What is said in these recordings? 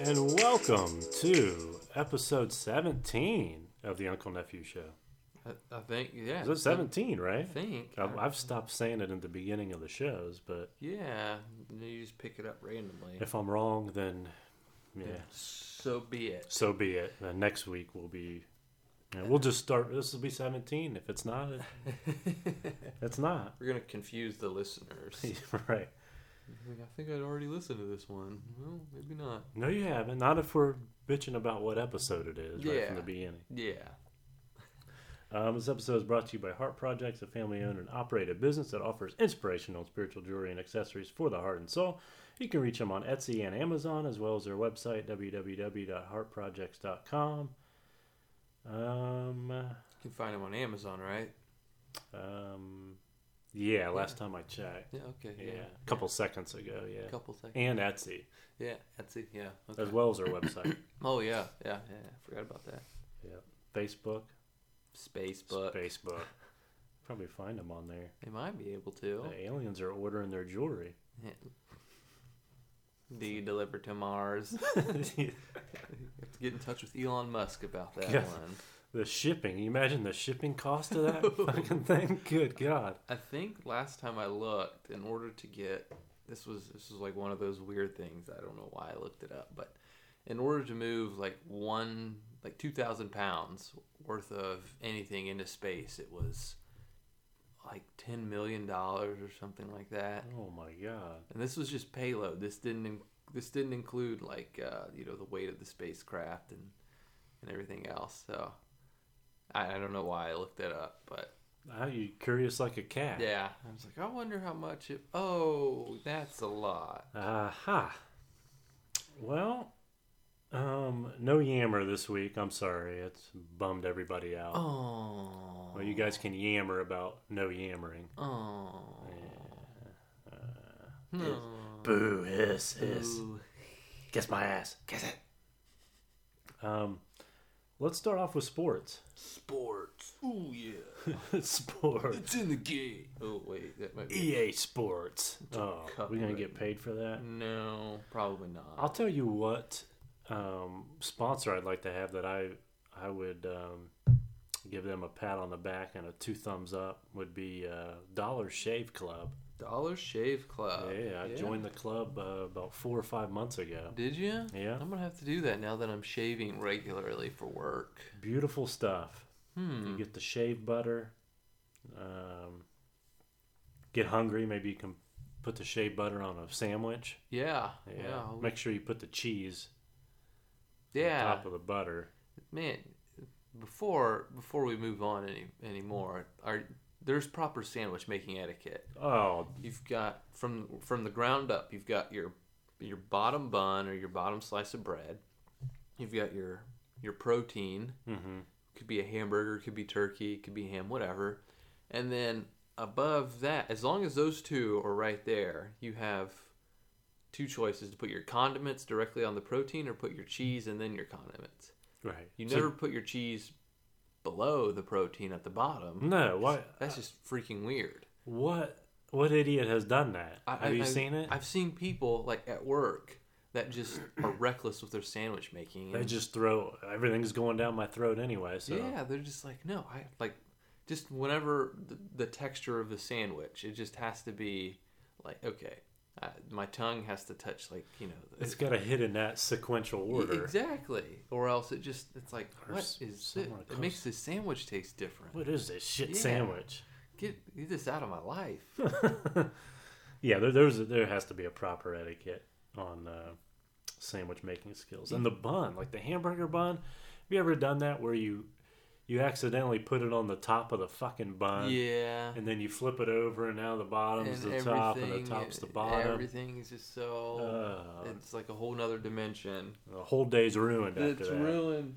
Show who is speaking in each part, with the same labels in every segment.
Speaker 1: and welcome to episode 17 of the Uncle Nephew Show.
Speaker 2: I, I think yeah.
Speaker 1: Is it 17,
Speaker 2: I
Speaker 1: right?
Speaker 2: think.
Speaker 1: I've, I've stopped saying it in the beginning of the shows, but
Speaker 2: yeah, you just pick it up randomly.
Speaker 1: if I'm wrong, then yeah,
Speaker 2: So be it.
Speaker 1: so be it. Uh, next week will be, yeah, we'll just start. This will be 17. If it's not, it, it's not.
Speaker 2: We're gonna confuse the listeners.
Speaker 1: right.
Speaker 2: Like, I think I'd already listened to this one. Well, maybe not.
Speaker 1: No, you haven't. Not if we're bitching about what episode it is right
Speaker 2: Yeah.
Speaker 1: from the beginning.
Speaker 2: Yeah.
Speaker 1: Um, this episode is brought to you by Heart Projects, a family owned and operated business that offers inspirational and spiritual jewelry and accessories for the heart and soul. You can reach them on Etsy and Amazon, as well as their website, www.heartprojects.com. Um,
Speaker 2: You can find them on Amazon, right?
Speaker 1: um, yeah, last time I checked.
Speaker 2: Yeah. Okay.
Speaker 1: Yeah,
Speaker 2: Yeah.
Speaker 1: a couple seconds ago, yeah.
Speaker 2: Couple seconds.
Speaker 1: And Etsy,
Speaker 2: Yeah. That's it. Yeah. Okay.
Speaker 1: as well as their website,
Speaker 2: Oh yeah. Yeah. Yeah. I forgot about that.
Speaker 1: Facebook.
Speaker 2: Space, but
Speaker 1: Facebook. Probably find them on there.
Speaker 2: they might be able to.
Speaker 1: The aliens are ordering their jewelry.
Speaker 2: Do you deliver to Mars? you have to get in touch with Elon Musk about that
Speaker 1: Yeah.
Speaker 2: one.
Speaker 1: The shipping. You imagine the shipping cost of that fucking thing? Good God.
Speaker 2: I think last time I looked, in order to get this was this was like one of those weird things. I don't know why I looked it up, but in order to move like one like two thousand pounds worth of anything into space, it was like ten million dollars or something like that.
Speaker 1: Oh my God.
Speaker 2: And this was just payload. This didn't in, this didn't include like uh, you know the weight of the spacecraft and and everything else. So I, I don't know why I looked that up, but
Speaker 1: How you curious like a cat?
Speaker 2: yeah, I was like, I wonder how much it. Oh, that's a lot.
Speaker 1: Aha. Well, um, no yammer this week. I'm sorry. It's bummed everybody out.
Speaker 2: Oh.
Speaker 1: Oh. Well, you guys can yammer about no yammering.
Speaker 2: Oh.
Speaker 1: Uh,
Speaker 2: No.
Speaker 1: boo, hiss,
Speaker 2: Ooh.
Speaker 1: Kiss my ass. Kiss it. Um, let's start off with sports.
Speaker 2: Sports. Ooh yeah.
Speaker 1: sports.
Speaker 2: It's in the game. Oh wait, that might be.
Speaker 1: EA E Sports. Oh,
Speaker 2: copyright.
Speaker 1: we're gonna get paid for that.
Speaker 2: No, probably not.
Speaker 1: I'll tell you what um, sponsor I'd like to have that I I would um, give them a pat on the back and a two thumbs up would be uh, Dollar Shave Club.
Speaker 2: Dollar Shave Club.
Speaker 1: yeah, I joined the club uh, about four or five months ago.
Speaker 2: Did you?
Speaker 1: Yeah,
Speaker 2: I'm gonna have to do that now that I'm shaving regularly for work.
Speaker 1: beautiful stuff. You
Speaker 2: Hmm.
Speaker 1: get the shave butter. Um, get hungry, maybe you can put the shave butter on a sandwich.
Speaker 2: Yeah.
Speaker 1: Yeah,
Speaker 2: Yeah. we-
Speaker 1: make sure you put the cheese
Speaker 2: Yeah.
Speaker 1: on top of the butter.
Speaker 2: man before before we move on any anymore are there's proper sandwich making etiquette
Speaker 1: Oh,
Speaker 2: you've got from from the ground up you've got your your bottom bun or your bottom slice of bread you've got your your protein
Speaker 1: hmm
Speaker 2: could be a hamburger could be turkey could be ham whatever and then above that as long as those two are right there you have two choices to put your condiments directly on the protein or put your cheese and then your condiments
Speaker 1: right.
Speaker 2: you
Speaker 1: So-
Speaker 2: never put your cheese below the protein at the bottom.
Speaker 1: no. What?
Speaker 2: That's just freaking weird.
Speaker 1: What? What idiot has done that?
Speaker 2: I-
Speaker 1: Have
Speaker 2: I-
Speaker 1: you
Speaker 2: I've-
Speaker 1: seen it?
Speaker 2: I've seen people like at work that just are reckless with their sandwich making.
Speaker 1: they
Speaker 2: and-
Speaker 1: just throw everything's going down my throat anyway. So
Speaker 2: yeah, they're just like no, I like just whenever the, the texture of the sandwich, it just has to be like okay, I, my tongue has to touch like you know the-
Speaker 1: it's got to hit in that sequential
Speaker 2: E,
Speaker 1: order.
Speaker 2: exactly, or else it just it's like
Speaker 1: Or
Speaker 2: what
Speaker 1: s-
Speaker 2: is it?
Speaker 1: someone
Speaker 2: It makes the sandwich taste different.
Speaker 1: What is this shit
Speaker 2: Yeah.
Speaker 1: sandwich?
Speaker 2: Get, get this out of my life.
Speaker 1: Yeah, there, there's there has to be a proper etiquette on uh, sandwich making skills and the bun, like the hamburger bun. Have you ever done that where you you accidentally put it on the top of the fucking bun?
Speaker 2: yeah.
Speaker 1: And then you flip it over, and now the bottom's
Speaker 2: and
Speaker 1: the top, and the
Speaker 2: everything- eh,
Speaker 1: top's the bottom.
Speaker 2: Everything is just so.
Speaker 1: Uh,
Speaker 2: it's like a whole nother dimension.
Speaker 1: the whole day's ruined after
Speaker 2: It's
Speaker 1: that.
Speaker 2: ruined.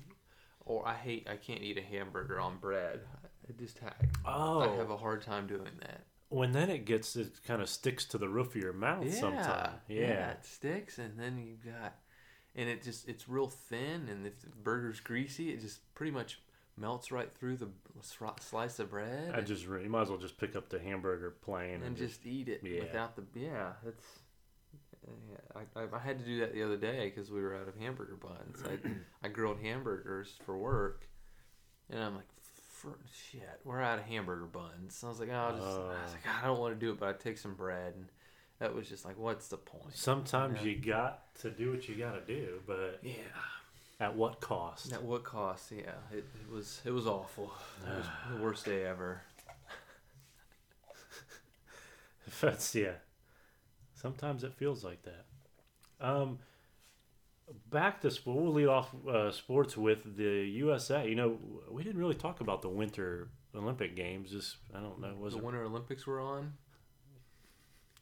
Speaker 2: Or Oh, I hate. I can't eat a hamburger on bread. I just ha-
Speaker 1: oh,
Speaker 2: I have a hard time doing that.
Speaker 1: when then it gets it kind of sticks to the roof of your mouth
Speaker 2: Yeah.
Speaker 1: sometime. Yeah.
Speaker 2: It sticks, and then you got, and it just it's real thin, and if the burger's greasy, it just pretty much melts right through the sri- slice of bread,
Speaker 1: I
Speaker 2: and,
Speaker 1: just re- you might as well just pick up the hamburger plain and,
Speaker 2: and
Speaker 1: just,
Speaker 2: just eat it
Speaker 1: Yeah.
Speaker 2: without the yeah. It's Yeah, I, I, I had to do that the other day because we were out of hamburger buns. I, I grilled hamburgers for work, and I'm like, "Fr- shit, we're out of hamburger buns. And I was like, oh, I'll just, I was like, I don't want to do it, but I take some bread, and that was just like, what's the point?
Speaker 1: Sometimes
Speaker 2: Yeah.
Speaker 1: you got to do what you got to do, but
Speaker 2: Yeah,
Speaker 1: at what cost?
Speaker 2: at what cost? Yeah, it, it was it was awful. It was the worst day ever.
Speaker 1: That's yeah. Sometimes it feels like that. Um, back to sport. We'll lead off uh, sports with the USA. You know, we didn't really talk about the Winter Olympic Games. Just I don't know. Was
Speaker 2: the
Speaker 1: it?
Speaker 2: Winter Olympics were on.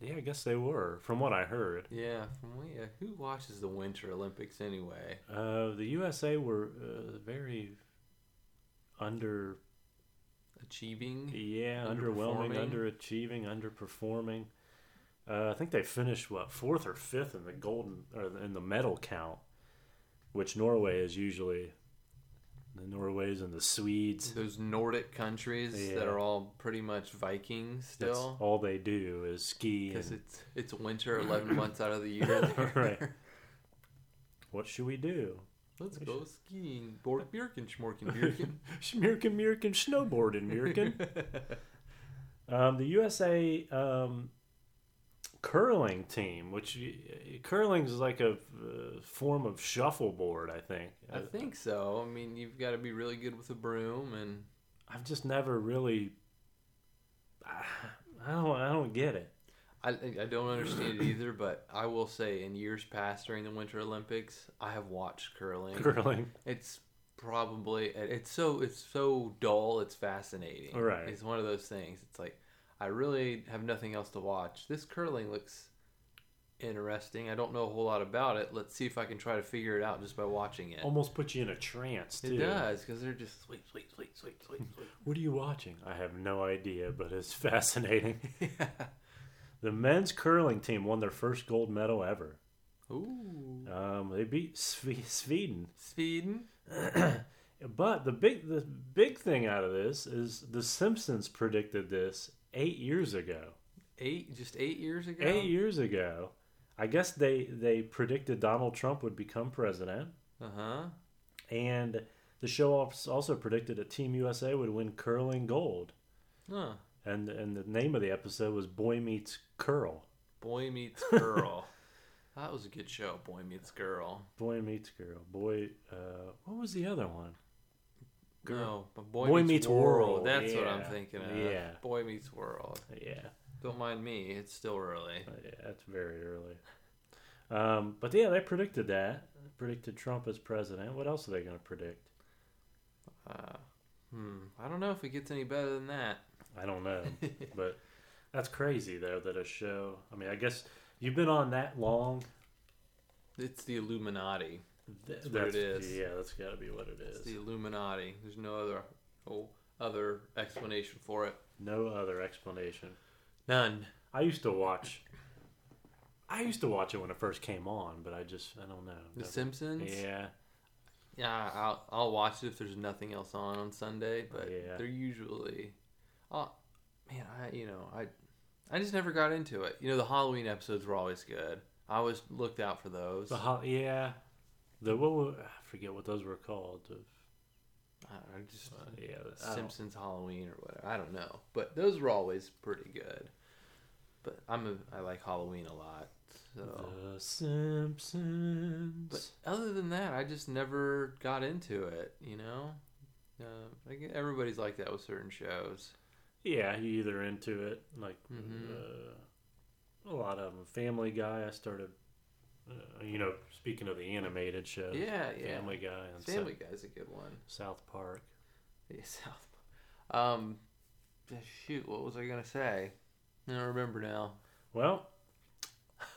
Speaker 1: Yeah, I guess they were, from what I heard.
Speaker 2: Yeah, from yeah, who watches the Winter Olympics anyway?
Speaker 1: Uh, the USA were uh, very under,
Speaker 2: Achieving.
Speaker 1: yeah, underwhelming, underachieving, underperforming. Uh, I think they finished what fourth or fifth in the golden or in the medal count, which Norway is usually the Norways and the Swedes.
Speaker 2: Those Nordic countries
Speaker 1: Yeah.
Speaker 2: that are all pretty much Vikings
Speaker 1: That's
Speaker 2: still.
Speaker 1: all they do is ski.
Speaker 2: Because
Speaker 1: And
Speaker 2: it's it's winter eleven months out of the year.
Speaker 1: Right. what should we do?
Speaker 2: Let's
Speaker 1: We
Speaker 2: go skiing. Bord Birken, Schmorken, Birken.
Speaker 1: Schmirkin, Mirkin, snowboarding, Mirkin. Um, the USA um, curling team, which y- curling is like a uh, form of shuffleboard, I think.
Speaker 2: I think so. I mean, you've got to be really good with a broom, and
Speaker 1: I've just never really. I I don't. I don't get it.
Speaker 2: I I don't understand it either. But I will say, in years past during the Winter Olympics, I have watched curling.
Speaker 1: Curling.
Speaker 2: It's probably it's so it's so dull. It's fascinating.
Speaker 1: Right.
Speaker 2: It's one of those things. It's like I really have nothing else to watch. This curling looks interesting. I don't know a whole lot about it. Let's see if I can try to figure it out just by watching it.
Speaker 1: Almost puts you in a trance too.
Speaker 2: It does because they're just sweet, sweet, sweet, sweet, sweet,
Speaker 1: What are you watching? I have no idea, but it's fascinating.
Speaker 2: sweet.
Speaker 1: The men's curling team won their first gold medal ever.
Speaker 2: Ooh,
Speaker 1: Um, they beat Sve- Sweden
Speaker 2: Sweden.
Speaker 1: But the big the big thing out of this is the Simpsons predicted this eight years ago.
Speaker 2: Eight, just eight years ago.
Speaker 1: Eight years ago, I guess they they predicted Donald Trump would become president,
Speaker 2: Uh huh.
Speaker 1: and the show als- also predicted that Team USA would win curling gold.
Speaker 2: Huh.
Speaker 1: And and the name of the episode was Boy Meets Curl.
Speaker 2: Boy meets girl. that was a good show. Boy meets girl.
Speaker 1: Boy Meets Girl. Boy, uh, what was the other one?
Speaker 2: No, but
Speaker 1: Boy Meets World,
Speaker 2: That's what
Speaker 1: yeah,
Speaker 2: I'm thinking of.
Speaker 1: yeah.
Speaker 2: Boy Meets World.
Speaker 1: Yeah.
Speaker 2: Don't mind me. It's still early.
Speaker 1: Uh, Yeah, that's very early. Um, but yeah, they predicted that. Predicted Trump as president. What else are they going to predict?
Speaker 2: Uh, hmm. I don't know if it gets any better than that.
Speaker 1: I don't know. but that's crazy though that a show. I mean, I guess you've been on that long.
Speaker 2: It's the Illuminati.
Speaker 1: Th-
Speaker 2: That's what it is.
Speaker 1: Yeah, that's got to be what it is.
Speaker 2: It's the Illuminati. There's no other, no other explanation for it.
Speaker 1: No other explanation.
Speaker 2: None.
Speaker 1: I used to watch. I used to watch it when it first came on, but I just I don't know.
Speaker 2: The
Speaker 1: Never-
Speaker 2: Simpsons.
Speaker 1: yeah,
Speaker 2: Yeah, I'll, I'll watch it if there's nothing else on on Sunday, but
Speaker 1: Yeah.
Speaker 2: they're usually, oh man, I you know I, I just never got into it. You know the Halloween episodes were always good. I always looked out for those.
Speaker 1: the ho- yeah, the what were, I forget what those were called. The,
Speaker 2: I don't know, just
Speaker 1: yeah, the, I don't-
Speaker 2: Simpsons Halloween or whatever. I don't know, but those were always pretty good. But I'm a, I like Halloween a lot. So,
Speaker 1: The Simpsons.
Speaker 2: but other than that, I just never got into it. You know, uh, like everybody's like that with certain shows.
Speaker 1: yeah, you either into it like
Speaker 2: Mhm.
Speaker 1: uh, a lot of them. Family Guy. I started, uh, you know, speaking of the animated shows.
Speaker 2: Yeah, yeah.
Speaker 1: Family Guy and Sa-
Speaker 2: Family Guy's a good one.
Speaker 1: South Park.
Speaker 2: Yeah, South Park. Um, yeah, shoot, what was I gonna say? I don't remember now.
Speaker 1: Well,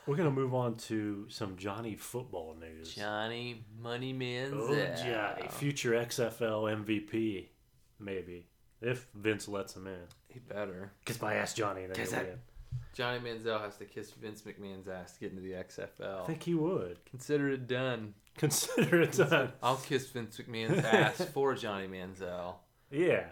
Speaker 1: we're gonna move on to some Johnny football news.
Speaker 2: Johnny Money Manziel.
Speaker 1: oh, Johnny, future XFL MVP, maybe if Vince lets him in.
Speaker 2: He better.
Speaker 1: Kiss my ass, Johnny. Then
Speaker 2: Kiss
Speaker 1: he'll
Speaker 2: it.
Speaker 1: win.
Speaker 2: Johnny Manziel has to kiss Vince McMahon's ass to get into the
Speaker 1: I
Speaker 2: XFL.
Speaker 1: think he would.
Speaker 2: Consider it done.
Speaker 1: Consider it done.
Speaker 2: I'll kiss Vince McMahon's ass for Johnny Manziel.
Speaker 1: Yeah.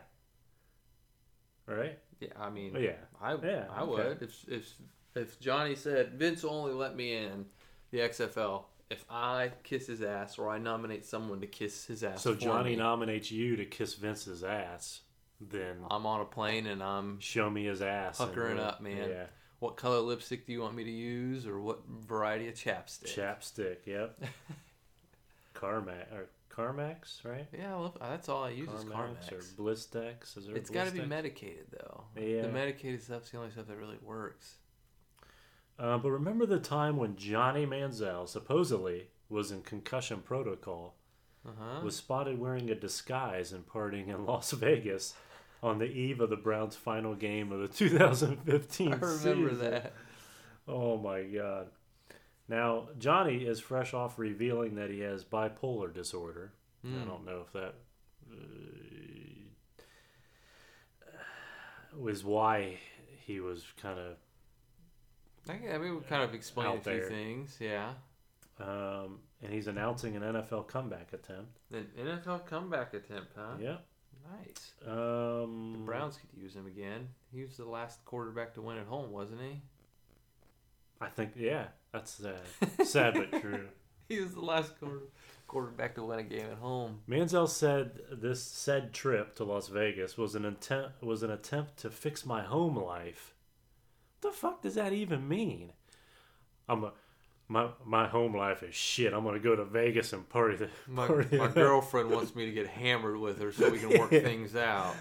Speaker 1: Right.
Speaker 2: Yeah, I mean,
Speaker 1: Oh, yeah.
Speaker 2: I
Speaker 1: Yeah,
Speaker 2: I
Speaker 1: okay.
Speaker 2: would if if if Johnny said Vince only let me in, the XFL, if I kiss his ass or I nominate someone to kiss his ass,
Speaker 1: So
Speaker 2: for
Speaker 1: Johnny
Speaker 2: me,
Speaker 1: nominates you to kiss Vince's ass. Then
Speaker 2: I'm on a plane and I'm
Speaker 1: show me his ass. and
Speaker 2: Puckering
Speaker 1: we'll-
Speaker 2: up, man.
Speaker 1: Yeah,
Speaker 2: what color lipstick do you want me to use or what variety of chapstick?
Speaker 1: chapstick. Yep. Carmack or Carmax, right?
Speaker 2: yeah, well, that's all I use is
Speaker 1: Carmax
Speaker 2: Carmex.
Speaker 1: or Blistex. Is there?
Speaker 2: It's got to be
Speaker 1: Blistex?
Speaker 2: medicated though.
Speaker 1: Yeah.
Speaker 2: The medicated stuff's the only stuff that really works.
Speaker 1: Uh, but remember the time when Johnny Manziel supposedly was in concussion protocol,
Speaker 2: Uh huh.
Speaker 1: was spotted wearing a disguise and partying in Las Vegas on the eve of the Browns' final game of the 2015
Speaker 2: I remember
Speaker 1: season.
Speaker 2: that.
Speaker 1: Oh my God. Now, Johnny is fresh off revealing that he has bipolar disorder. I
Speaker 2: Mm.
Speaker 1: don't know if that uh, was why he was kind of
Speaker 2: I, g- I mean, we kind of explained
Speaker 1: Out
Speaker 2: a few
Speaker 1: there.
Speaker 2: things. Yeah.
Speaker 1: Um, and he's announcing an NFL comeback attempt.
Speaker 2: An NFL comeback attempt, huh?
Speaker 1: Yeah.
Speaker 2: Nice.
Speaker 1: Um,
Speaker 2: The Browns could use him again. He was the last quarterback to win at home, wasn't he?
Speaker 1: I think, yeah, that's sad. sad but true.
Speaker 2: He was the last quarter, quarterback to win a game at home.
Speaker 1: Manziel said this said trip to Las Vegas was an intent was an attempt to fix my home life. What the fuck does that even mean? I'm a, my my home life is shit. I'm gonna go to Vegas and party. The,
Speaker 2: My,
Speaker 1: party
Speaker 2: my
Speaker 1: it up.
Speaker 2: girlfriend wants me to get hammered with her so we can work
Speaker 1: Yeah.
Speaker 2: things out.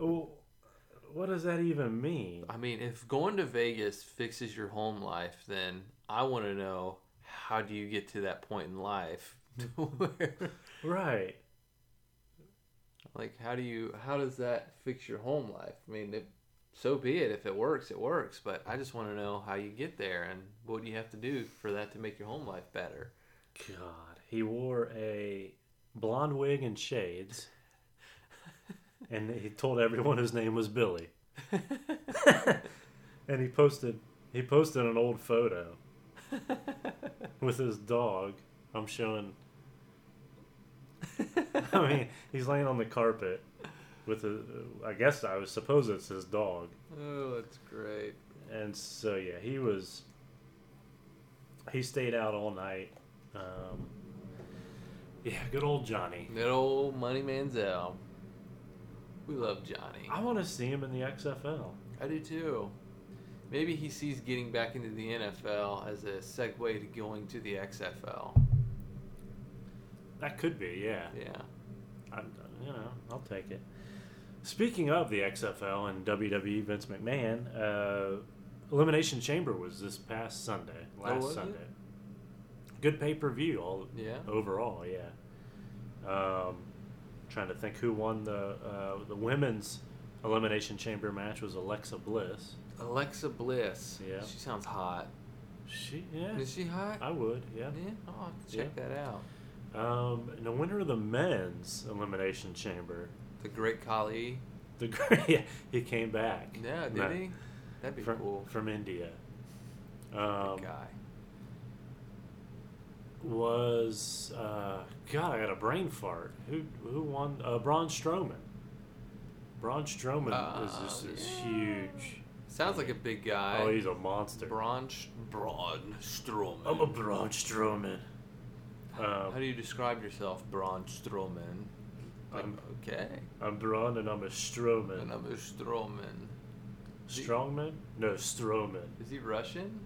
Speaker 1: Oh, what does that even mean?
Speaker 2: I mean, if going to Vegas fixes your home life, then I want to know how do you get to that point in life to where,
Speaker 1: Right.
Speaker 2: like, how do you, how does that fix your home life? I mean, if, so be it. If it works, it works. But I just want to know how you get there and what do you have to do for that to make your home life better.
Speaker 1: God, he wore a blonde wig and shades, and he told everyone his name was Billy. and he posted he posted an old photo with his dog. I'm showing. I mean, he's laying on the carpet with a. I guess I was suppose it's his dog.
Speaker 2: Oh, that's great.
Speaker 1: And so yeah, he was. He stayed out all night. Um, yeah, good old Johnny.
Speaker 2: Good old Money Manziel. We love Johnny.
Speaker 1: I want to see him in the XFL.
Speaker 2: I do too. Maybe he sees getting back into the NFL as a segue to going to the XFL.
Speaker 1: That could be, yeah.
Speaker 2: Yeah.
Speaker 1: I, you know, I'll take it. Speaking of the XFL and WWE, Vince McMahon, uh, Elimination Chamber was this past Sunday, last
Speaker 2: Oh, was it?
Speaker 1: Sunday. Good pay per view, all
Speaker 2: Yeah.
Speaker 1: overall, yeah. Um, trying to think who won the uh, the women's elimination chamber match was Alexa Bliss.
Speaker 2: Alexa Bliss.
Speaker 1: Yeah.
Speaker 2: She sounds hot.
Speaker 1: She, yeah,
Speaker 2: Is she hot?
Speaker 1: I would, yeah.
Speaker 2: yeah. Oh, I'll have to check that out.
Speaker 1: Um, and the winner of the men's elimination chamber,
Speaker 2: The Great Khali.
Speaker 1: the great, he came back.
Speaker 2: Yeah, did
Speaker 1: No,
Speaker 2: he? That'd be
Speaker 1: from,
Speaker 2: cool.
Speaker 1: from India.
Speaker 2: That
Speaker 1: Um,
Speaker 2: guy.
Speaker 1: was uh, God, I got a brain fart. Who who won? Uh, Braun Strowman. Braun Strowman is
Speaker 2: Oh,
Speaker 1: just this
Speaker 2: yeah.
Speaker 1: huge.
Speaker 2: Sounds like a big guy.
Speaker 1: oh, he's a monster.
Speaker 2: Braun, Sh- Braun Strowman.
Speaker 1: I'm a Braun Strowman.
Speaker 2: How
Speaker 1: Um,
Speaker 2: do you describe yourself, Braun Strowman? Like,
Speaker 1: I'm,
Speaker 2: okay.
Speaker 1: I'm Braun and I'm a
Speaker 2: And
Speaker 1: Strowman.
Speaker 2: I'm a Strowman.
Speaker 1: Strongman? No, Strowman.
Speaker 2: Is he Russian?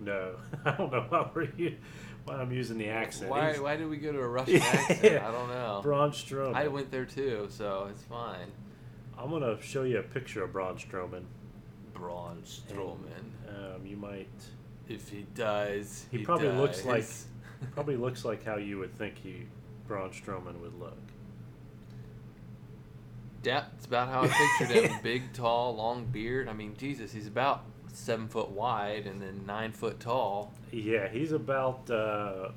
Speaker 1: No, I don't know why we're u- why I'm using the accent.
Speaker 2: Why,
Speaker 1: He's
Speaker 2: why did we go to a Russian accent?
Speaker 1: Yeah.
Speaker 2: I don't know.
Speaker 1: Braun Strowman.
Speaker 2: I went there too, so it's fine.
Speaker 1: I'm gonna show you a picture of Braun Strowman.
Speaker 2: Braun Strowman.
Speaker 1: Um, you might
Speaker 2: If he dies,
Speaker 1: He
Speaker 2: he,
Speaker 1: probably
Speaker 2: dies.
Speaker 1: looks like- probably looks like how you would think he Braun Strowman would look.
Speaker 2: That's about how I pictured him. Big, tall, long beard. I mean, Jesus, he's about seven foot wide and then nine foot tall.
Speaker 1: Yeah, he's about uh,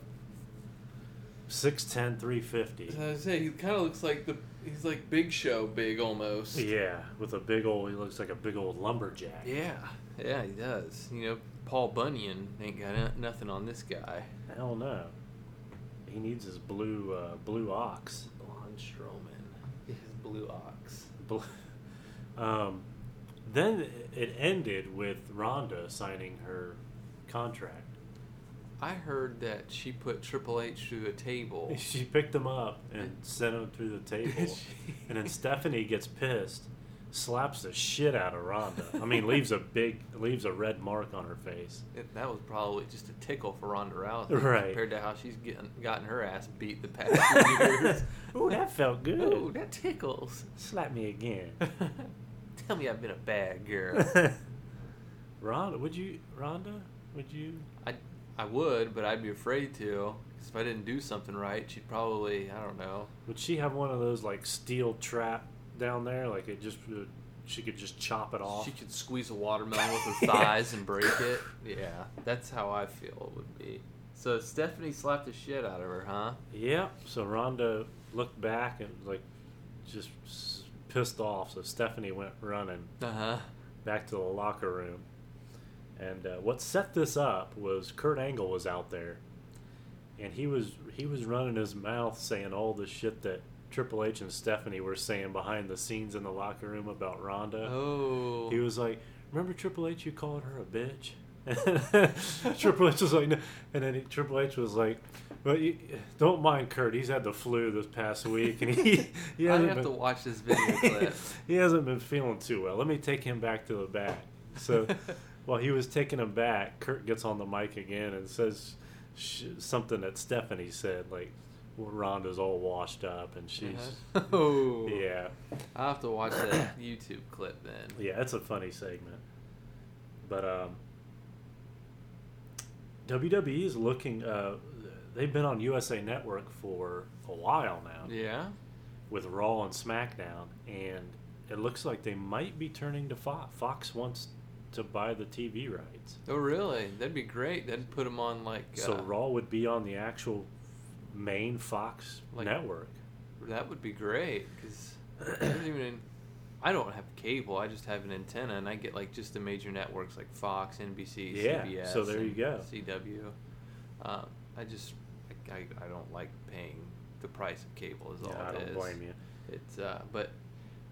Speaker 1: 6'10",
Speaker 2: As
Speaker 1: 350.
Speaker 2: I say, he kind of looks like the he's like Big Show big almost.
Speaker 1: Yeah, with a big old, he looks like a big old lumberjack.
Speaker 2: Yeah, yeah, he does. You know, Paul Bunyan ain't got no- nothing on this guy.
Speaker 1: Hell no. He needs his blue uh, blue ox.
Speaker 2: Blonde Strowman, his blue ox.
Speaker 1: Bl- Um, then it ended with Rhonda signing her contract.
Speaker 2: I heard that she put Triple H through a table.
Speaker 1: She picked him up and sent him through the table. and then Stephanie gets pissed, slaps the shit out of Rhonda. I mean, leaves a big, leaves a red mark on her face.
Speaker 2: It- that was probably just a tickle for Ronda Rousey
Speaker 1: Right.
Speaker 2: compared to how she's getting gotten her ass beat the past few years.
Speaker 1: Ooh, that felt good.
Speaker 2: Ooh, that tickles.
Speaker 1: Slap me again.
Speaker 2: Tell me I've been a bad girl.
Speaker 1: Rhonda, would you, Rhonda, would you?
Speaker 2: I I would, but I'd be afraid to. 'cause if I didn't do something right, she'd probably I don't know.
Speaker 1: Would she have one of those like steel trap down there? Like it just would, she could just chop it off.
Speaker 2: She could squeeze a watermelon with her thighs and break it. Yeah, that's how I feel it would be. So Stephanie slapped the shit out of her, huh?
Speaker 1: Yep. So Rhonda looked back and like just s- pissed off. So Stephanie went running
Speaker 2: Uh huh.
Speaker 1: back to the locker room. And uh, what set this up was Kurt Angle was out there, and he was he was running his mouth saying all the shit that Triple H and Stephanie were saying behind the scenes in the locker room about Rhonda.
Speaker 2: Oh.
Speaker 1: Uh, He was like, "Remember Triple H? You called her a bitch." Triple H was like, no. and then he, Triple H was like, "But you, don't mind Kurt. He's had the flu this past week, and he he
Speaker 2: I
Speaker 1: hasn't
Speaker 2: have
Speaker 1: been,
Speaker 2: to watch this video clip.
Speaker 1: he hasn't been feeling too well. Let me take him back to the back." So while he was taking him back, Kurt gets on the mic again and says sh- something that Stephanie said, like, well, "Rhonda's all washed up, and she's."
Speaker 2: Uh-huh. Oh.
Speaker 1: Yeah,
Speaker 2: I have to watch that YouTube clip then.
Speaker 1: Yeah, it's a funny segment. But um, WWE is looking. Uh, they've been on USA Network for a while now
Speaker 2: Yeah.
Speaker 1: with Raw and SmackDown, and it looks like they might be turning to Fox. Fox wants to buy the TV rights,
Speaker 2: Oh, really? That'd be great. That'd put them on like. Uh,
Speaker 1: so Raw would be on the actual main Fox
Speaker 2: Like-
Speaker 1: network.
Speaker 2: That would be great because I don't even. I don't have cable. I just have an antenna, and I get like just the major networks like Fox, NBC,
Speaker 1: Yeah,
Speaker 2: CBS.
Speaker 1: so there you
Speaker 2: and
Speaker 1: go.
Speaker 2: CW. Um, I just I, I, I don't like paying the price of cable. Is all
Speaker 1: Yeah, I
Speaker 2: it
Speaker 1: don't
Speaker 2: is.
Speaker 1: blame you.
Speaker 2: It's uh, but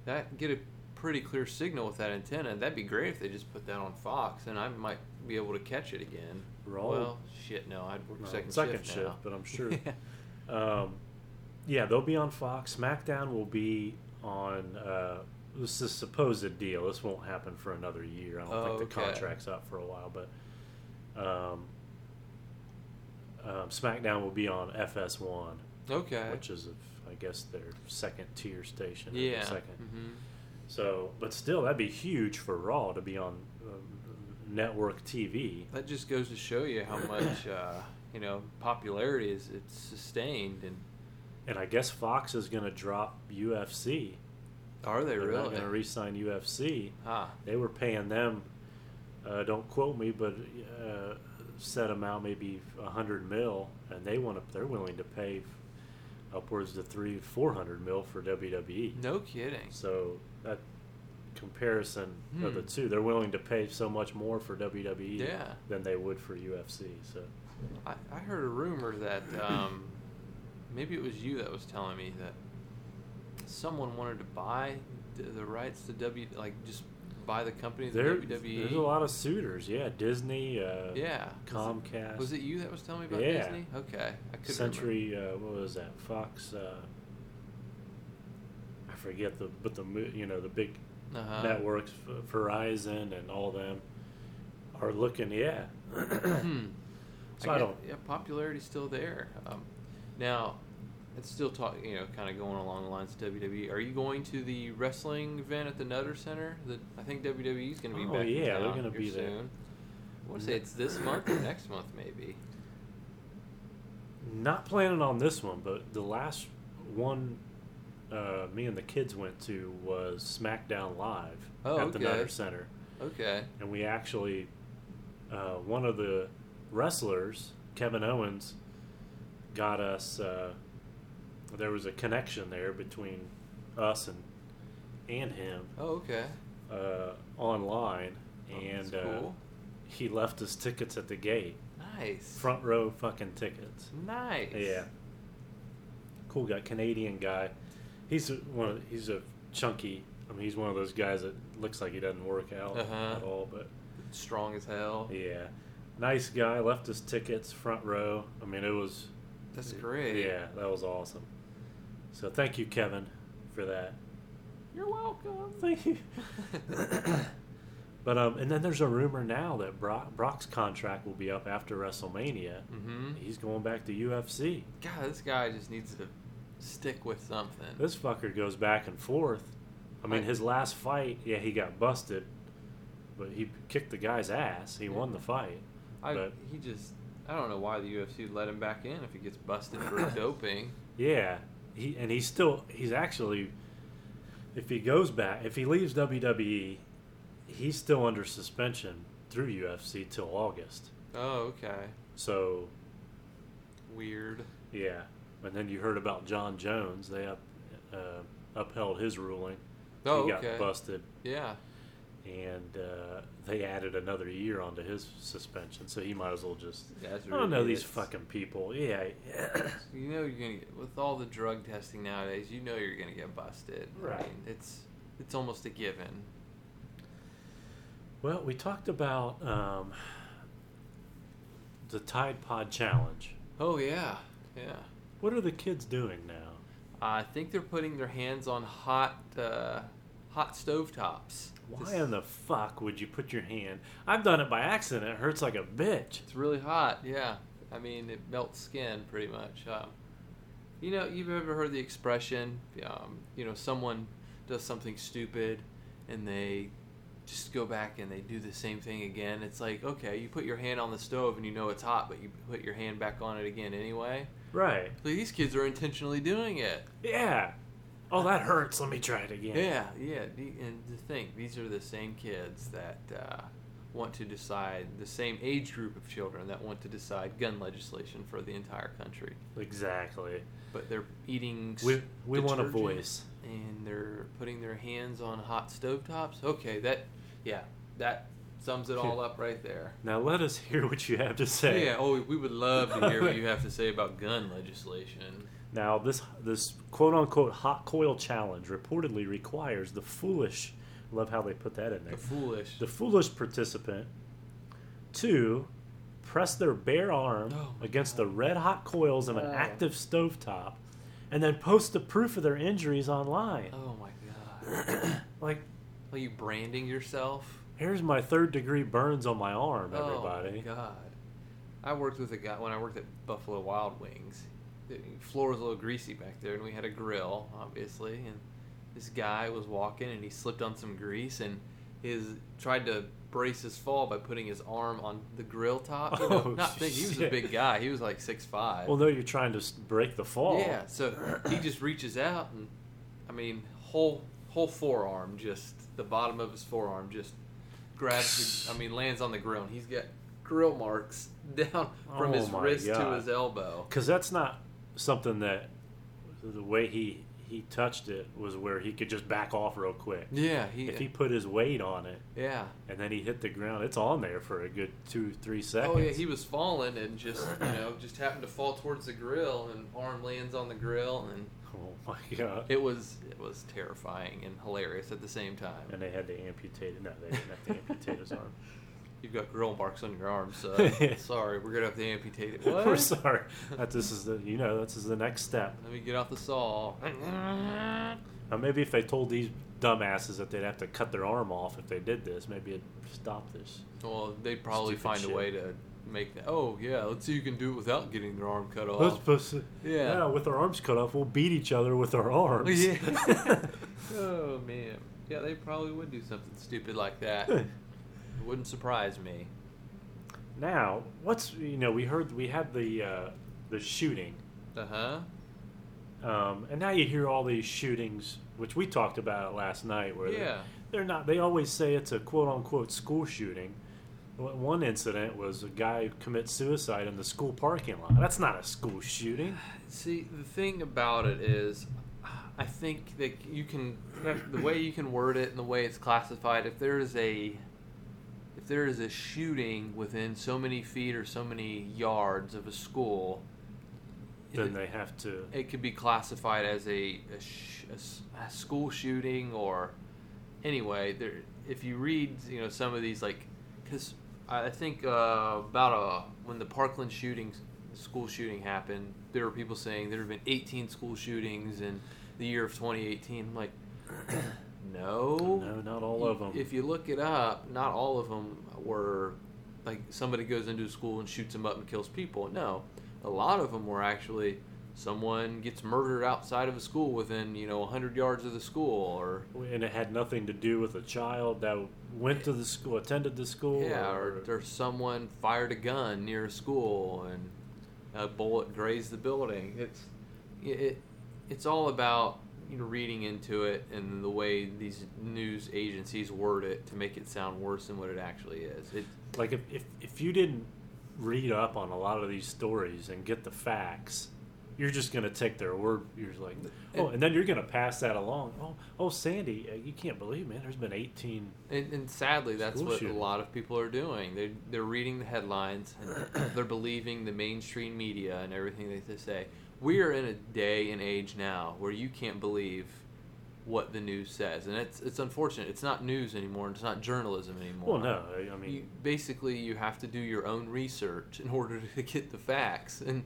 Speaker 2: that get a pretty clear signal with that antenna. That'd be great if they just put that on Fox, and I might be able to catch it again.
Speaker 1: Raw.
Speaker 2: Well, shit, no, I'd work
Speaker 1: Well,
Speaker 2: second,
Speaker 1: second
Speaker 2: shift,
Speaker 1: shift,
Speaker 2: now.
Speaker 1: but I'm sure-
Speaker 2: Yeah.
Speaker 1: Um, yeah, they'll be on Fox. SmackDown will be on. Uh, this is a supposed deal. This won't happen for another year. I don't
Speaker 2: Oh,
Speaker 1: think the
Speaker 2: okay.
Speaker 1: contract's up for a while, but um, um, SmackDown will be on FS1,
Speaker 2: Okay.
Speaker 1: which is, I guess, their second tier station. or their
Speaker 2: yeah.
Speaker 1: Second.
Speaker 2: hmm
Speaker 1: So, but still, that'd be huge for Raw to be on um, network TV.
Speaker 2: That just goes to show you how much uh, you know popularity is it's sustained, and
Speaker 1: And I guess Fox is going to drop UFC.
Speaker 2: are they
Speaker 1: They're not
Speaker 2: really?
Speaker 1: going to re-sign UFC.
Speaker 2: ah,
Speaker 1: they were paying them uh, don't quote me but uh, set amount maybe 100 mil and they want to they're willing to pay upwards to three 400 mil for wwe
Speaker 2: no kidding.
Speaker 1: so that comparison of the
Speaker 2: Hmm.
Speaker 1: two they're willing to pay so much more for wwe
Speaker 2: Yeah,
Speaker 1: than they would for ufc so
Speaker 2: I, I heard a rumor that um, maybe it was you that was telling me that someone wanted to buy the, the rights to W, like just buy the company the
Speaker 1: there,
Speaker 2: WWE.
Speaker 1: there's a lot of suitors yeah disney uh,
Speaker 2: E. Yeah.
Speaker 1: comcast
Speaker 2: Was it you that was telling me about
Speaker 1: Yeah.
Speaker 2: Disney? Okay, I could
Speaker 1: Century, uh, what was that? Fox. Uh, I forget the, but the mo- you know the big
Speaker 2: Remember. Uh-huh.
Speaker 1: networks, F- Verizon and all them are looking. Yeah,
Speaker 2: Hmm.
Speaker 1: So I
Speaker 2: get-
Speaker 1: don't-
Speaker 2: Yeah, popularity's still there. Um, now, it's still talk. You know, kind of going along the lines of WWE. Are you going to the wrestling event at the Nutter Center? That I think WWE's going to be
Speaker 1: Oh,
Speaker 2: back. in
Speaker 1: yeah, they're
Speaker 2: town
Speaker 1: gonna
Speaker 2: here
Speaker 1: be
Speaker 2: soon.
Speaker 1: there.
Speaker 2: I want to say it's this month or next month, maybe.
Speaker 1: not planning on this one, but the last one uh, me and the kids went to was SmackDown Live
Speaker 2: Oh,
Speaker 1: at the
Speaker 2: okay.
Speaker 1: Nutter Center,
Speaker 2: Okay.
Speaker 1: and we actually uh, one of the wrestlers, Kevin Owens, got us. Uh, there was a connection there between us and and him
Speaker 2: Oh, okay.
Speaker 1: uh, online,
Speaker 2: Oh,
Speaker 1: and
Speaker 2: that's
Speaker 1: uh,
Speaker 2: cool.
Speaker 1: he left us tickets at the gate,
Speaker 2: nice.
Speaker 1: front row fucking tickets.
Speaker 2: Nice.
Speaker 1: Yeah, cool guy, Canadian guy. He's a- one. Of, he's a chunky. I mean, he's one of those guys that looks like he doesn't work out
Speaker 2: Uh-huh.
Speaker 1: at all, but
Speaker 2: Strong as hell.
Speaker 1: yeah. nice guy. Left us tickets front row. I mean, it was
Speaker 2: That's great.
Speaker 1: yeah, that was awesome. So thank you, Kevin, for that.
Speaker 2: You're welcome.
Speaker 1: Thank you. But um, and then there's a rumor now that Brock, Brock's contract will be up after WrestleMania.
Speaker 2: mm-hmm.
Speaker 1: He's going back to UFC.
Speaker 2: God, this guy just needs to stick with something.
Speaker 1: This fucker goes back and forth. I mean,
Speaker 2: Like-
Speaker 1: his last fight, yeah, he got busted, but he kicked the guy's ass. He won the fight.
Speaker 2: I,
Speaker 1: but-
Speaker 2: he just, I don't know why the UFC would let him back in if he gets busted for doping.
Speaker 1: Yeah, he and he's still he's actually if he goes back if he leaves WWE, he's still under suspension through UFC till August.
Speaker 2: Oh, okay.
Speaker 1: So
Speaker 2: Weird.
Speaker 1: yeah, and then you heard about John Jones. They up, uh, upheld his ruling.
Speaker 2: Oh,
Speaker 1: he got
Speaker 2: okay.
Speaker 1: busted,
Speaker 2: Yeah.
Speaker 1: and uh, they added another year onto his suspension. So he might as well just.
Speaker 2: That's
Speaker 1: I don't know these
Speaker 2: ridiculous.
Speaker 1: fucking people. Yeah,
Speaker 2: You know you're gonna get with all the drug testing nowadays. You know you're gonna get busted.
Speaker 1: Right.
Speaker 2: I mean, it's it's almost a given.
Speaker 1: Well, we talked about um, the Tide Pod Challenge.
Speaker 2: Oh yeah, yeah.
Speaker 1: What are the kids doing now?
Speaker 2: I think they're putting their hands on hot uh, hot stovetops.
Speaker 1: Why
Speaker 2: This-
Speaker 1: in the fuck would you put your hand? I've done it by accident. It hurts like a bitch.
Speaker 2: It's really hot. Yeah. I mean, it melts skin pretty much. Um, you know, you've ever heard the expression? Um, you know, someone does something stupid, and they just go back and they do the same thing again. It's like, okay, you put your hand on the stove and you know it's hot, but you put your hand back on it again anyway.
Speaker 1: Right.
Speaker 2: So these kids are intentionally doing it.
Speaker 1: Yeah. Oh, that hurts. Let me try it again.
Speaker 2: Yeah, yeah. the- And to think, these are the same kids that uh, want to decide, the same age group of children that want to decide gun legislation for the entire country.
Speaker 1: Exactly.
Speaker 2: But they're eating. s-
Speaker 1: We we want a
Speaker 2: detergent
Speaker 1: voice.
Speaker 2: And they're putting their hands on hot stovetops. Okay, that, yeah, that sums it all up right there.
Speaker 1: Now let us hear what you have to say.
Speaker 2: Yeah, oh, we would love to hear what you have to say about gun legislation.
Speaker 1: Now this this quote unquote hot coil challenge reportedly requires the foolish. Love how they put that in there.
Speaker 2: The foolish.
Speaker 1: the foolish participant to press their bare arm
Speaker 2: Oh my
Speaker 1: against the red hot coils of an
Speaker 2: Oh.
Speaker 1: active stovetop and then post the proof of their injuries online.
Speaker 2: oh my god.
Speaker 1: Like,
Speaker 2: Are you branding yourself?
Speaker 1: here's my third degree burns on my arm,
Speaker 2: Oh,
Speaker 1: everybody.
Speaker 2: my God. I worked with a guy when I worked at Buffalo Wild Wings. The floor was a little greasy back there, and we had a grill, obviously. And this guy was walking, and he slipped on some grease, and his tried to brace his fall by putting his arm on the grill top. You know,
Speaker 1: Oh,
Speaker 2: not big. He was a
Speaker 1: shit.
Speaker 2: big guy. He was like six five.
Speaker 1: Well, no, you're trying to s- break the fall.
Speaker 2: Yeah, so he just reaches out and I mean whole whole forearm just the bottom of his forearm just grabs the, I mean lands on the grill and he's got grill marks down from
Speaker 1: Oh
Speaker 2: his
Speaker 1: my
Speaker 2: wrist to
Speaker 1: God.
Speaker 2: his elbow.
Speaker 1: Because that's not something that the way he he touched it was where he could just back off real quick.
Speaker 2: Yeah, he,
Speaker 1: If he put his weight on it
Speaker 2: yeah.
Speaker 1: and then he hit the ground, it's on there for a good two, three seconds.
Speaker 2: Oh yeah, he was falling and just you know just happened to fall towards the grill and arm lands on the grill and
Speaker 1: Oh my god.
Speaker 2: it was it was terrifying and hilarious at the same time.
Speaker 1: And they had to amputate it. No, they didn't have to amputate his arm.
Speaker 2: You've got grill marks on your arm, so sorry, we're gonna have to amputate it. What?
Speaker 1: We're sorry. That this is the you know this is the next step.
Speaker 2: Let me get off the saw.
Speaker 1: Now maybe if they told these dumbasses that they'd have to cut their arm off if they did this, maybe it'd stop this.
Speaker 2: Well, they'd probably
Speaker 1: Stupid
Speaker 2: find
Speaker 1: shit.
Speaker 2: a way to make that. Oh yeah, let's see you can do it without getting their arm cut
Speaker 1: Those
Speaker 2: off.
Speaker 1: pussy.
Speaker 2: Yeah.
Speaker 1: Yeah. With our arms cut off, we'll beat each other with our arms.
Speaker 2: yeah. oh man. Yeah, they probably would do something stupid like that. it wouldn't surprise me.
Speaker 1: now, what's you know we heard we had the uh, the shooting,
Speaker 2: Uh huh.
Speaker 1: um, and now you hear all these shootings, which we talked about last night, where
Speaker 2: Yeah.
Speaker 1: They're not. They always say it's a quote unquote school shooting. One one incident was a guy commits suicide in the school parking lot. That's not a school shooting.
Speaker 2: See, the thing about it is, I think that you can the way you can word it and the way it's classified. If there is a if there is a shooting within so many feet or so many yards of a school,
Speaker 1: Then they have to.
Speaker 2: it could be classified as a, a, sh- a s- a school shooting or anyway there if you read you know some of these like because I think uh, about uh, when the Parkland shooting, school shooting happened, there were people saying there have been 18 school shootings in the year of 2018. I'm like, no,
Speaker 1: No, not all of them.
Speaker 2: If you look it up, not all of them were like somebody goes into a school and shoots them up and kills people. No, a lot of them were actually someone gets murdered outside of a school within you know 100 yards of the school or
Speaker 1: and it had nothing to do with a child that went to the school, attended the school.
Speaker 2: Yeah, or, or someone fired a gun near a school and a bullet grazed the building. It's it, it it's all about you know reading into it and the way these news agencies word it to make it sound worse than what it actually is. It,
Speaker 1: like if, if if you didn't read up on a lot of these stories and get the facts, you're just gonna take their word. You're just like, oh, and then you're gonna pass that along. Oh, oh, Sandy, uh, you can't believe, man. There's been 18.
Speaker 2: and, and sadly, that's
Speaker 1: School
Speaker 2: what
Speaker 1: shooting.
Speaker 2: a lot of people are doing. They they're reading the headlines, and they're believing the mainstream media and everything that they say. We are in a day and age now where you can't believe what the news says, and it's it's unfortunate. It's not news anymore, and it's not journalism anymore.
Speaker 1: Well, no, I- I mean,
Speaker 2: you, basically you have to do your own research in order to get the facts, and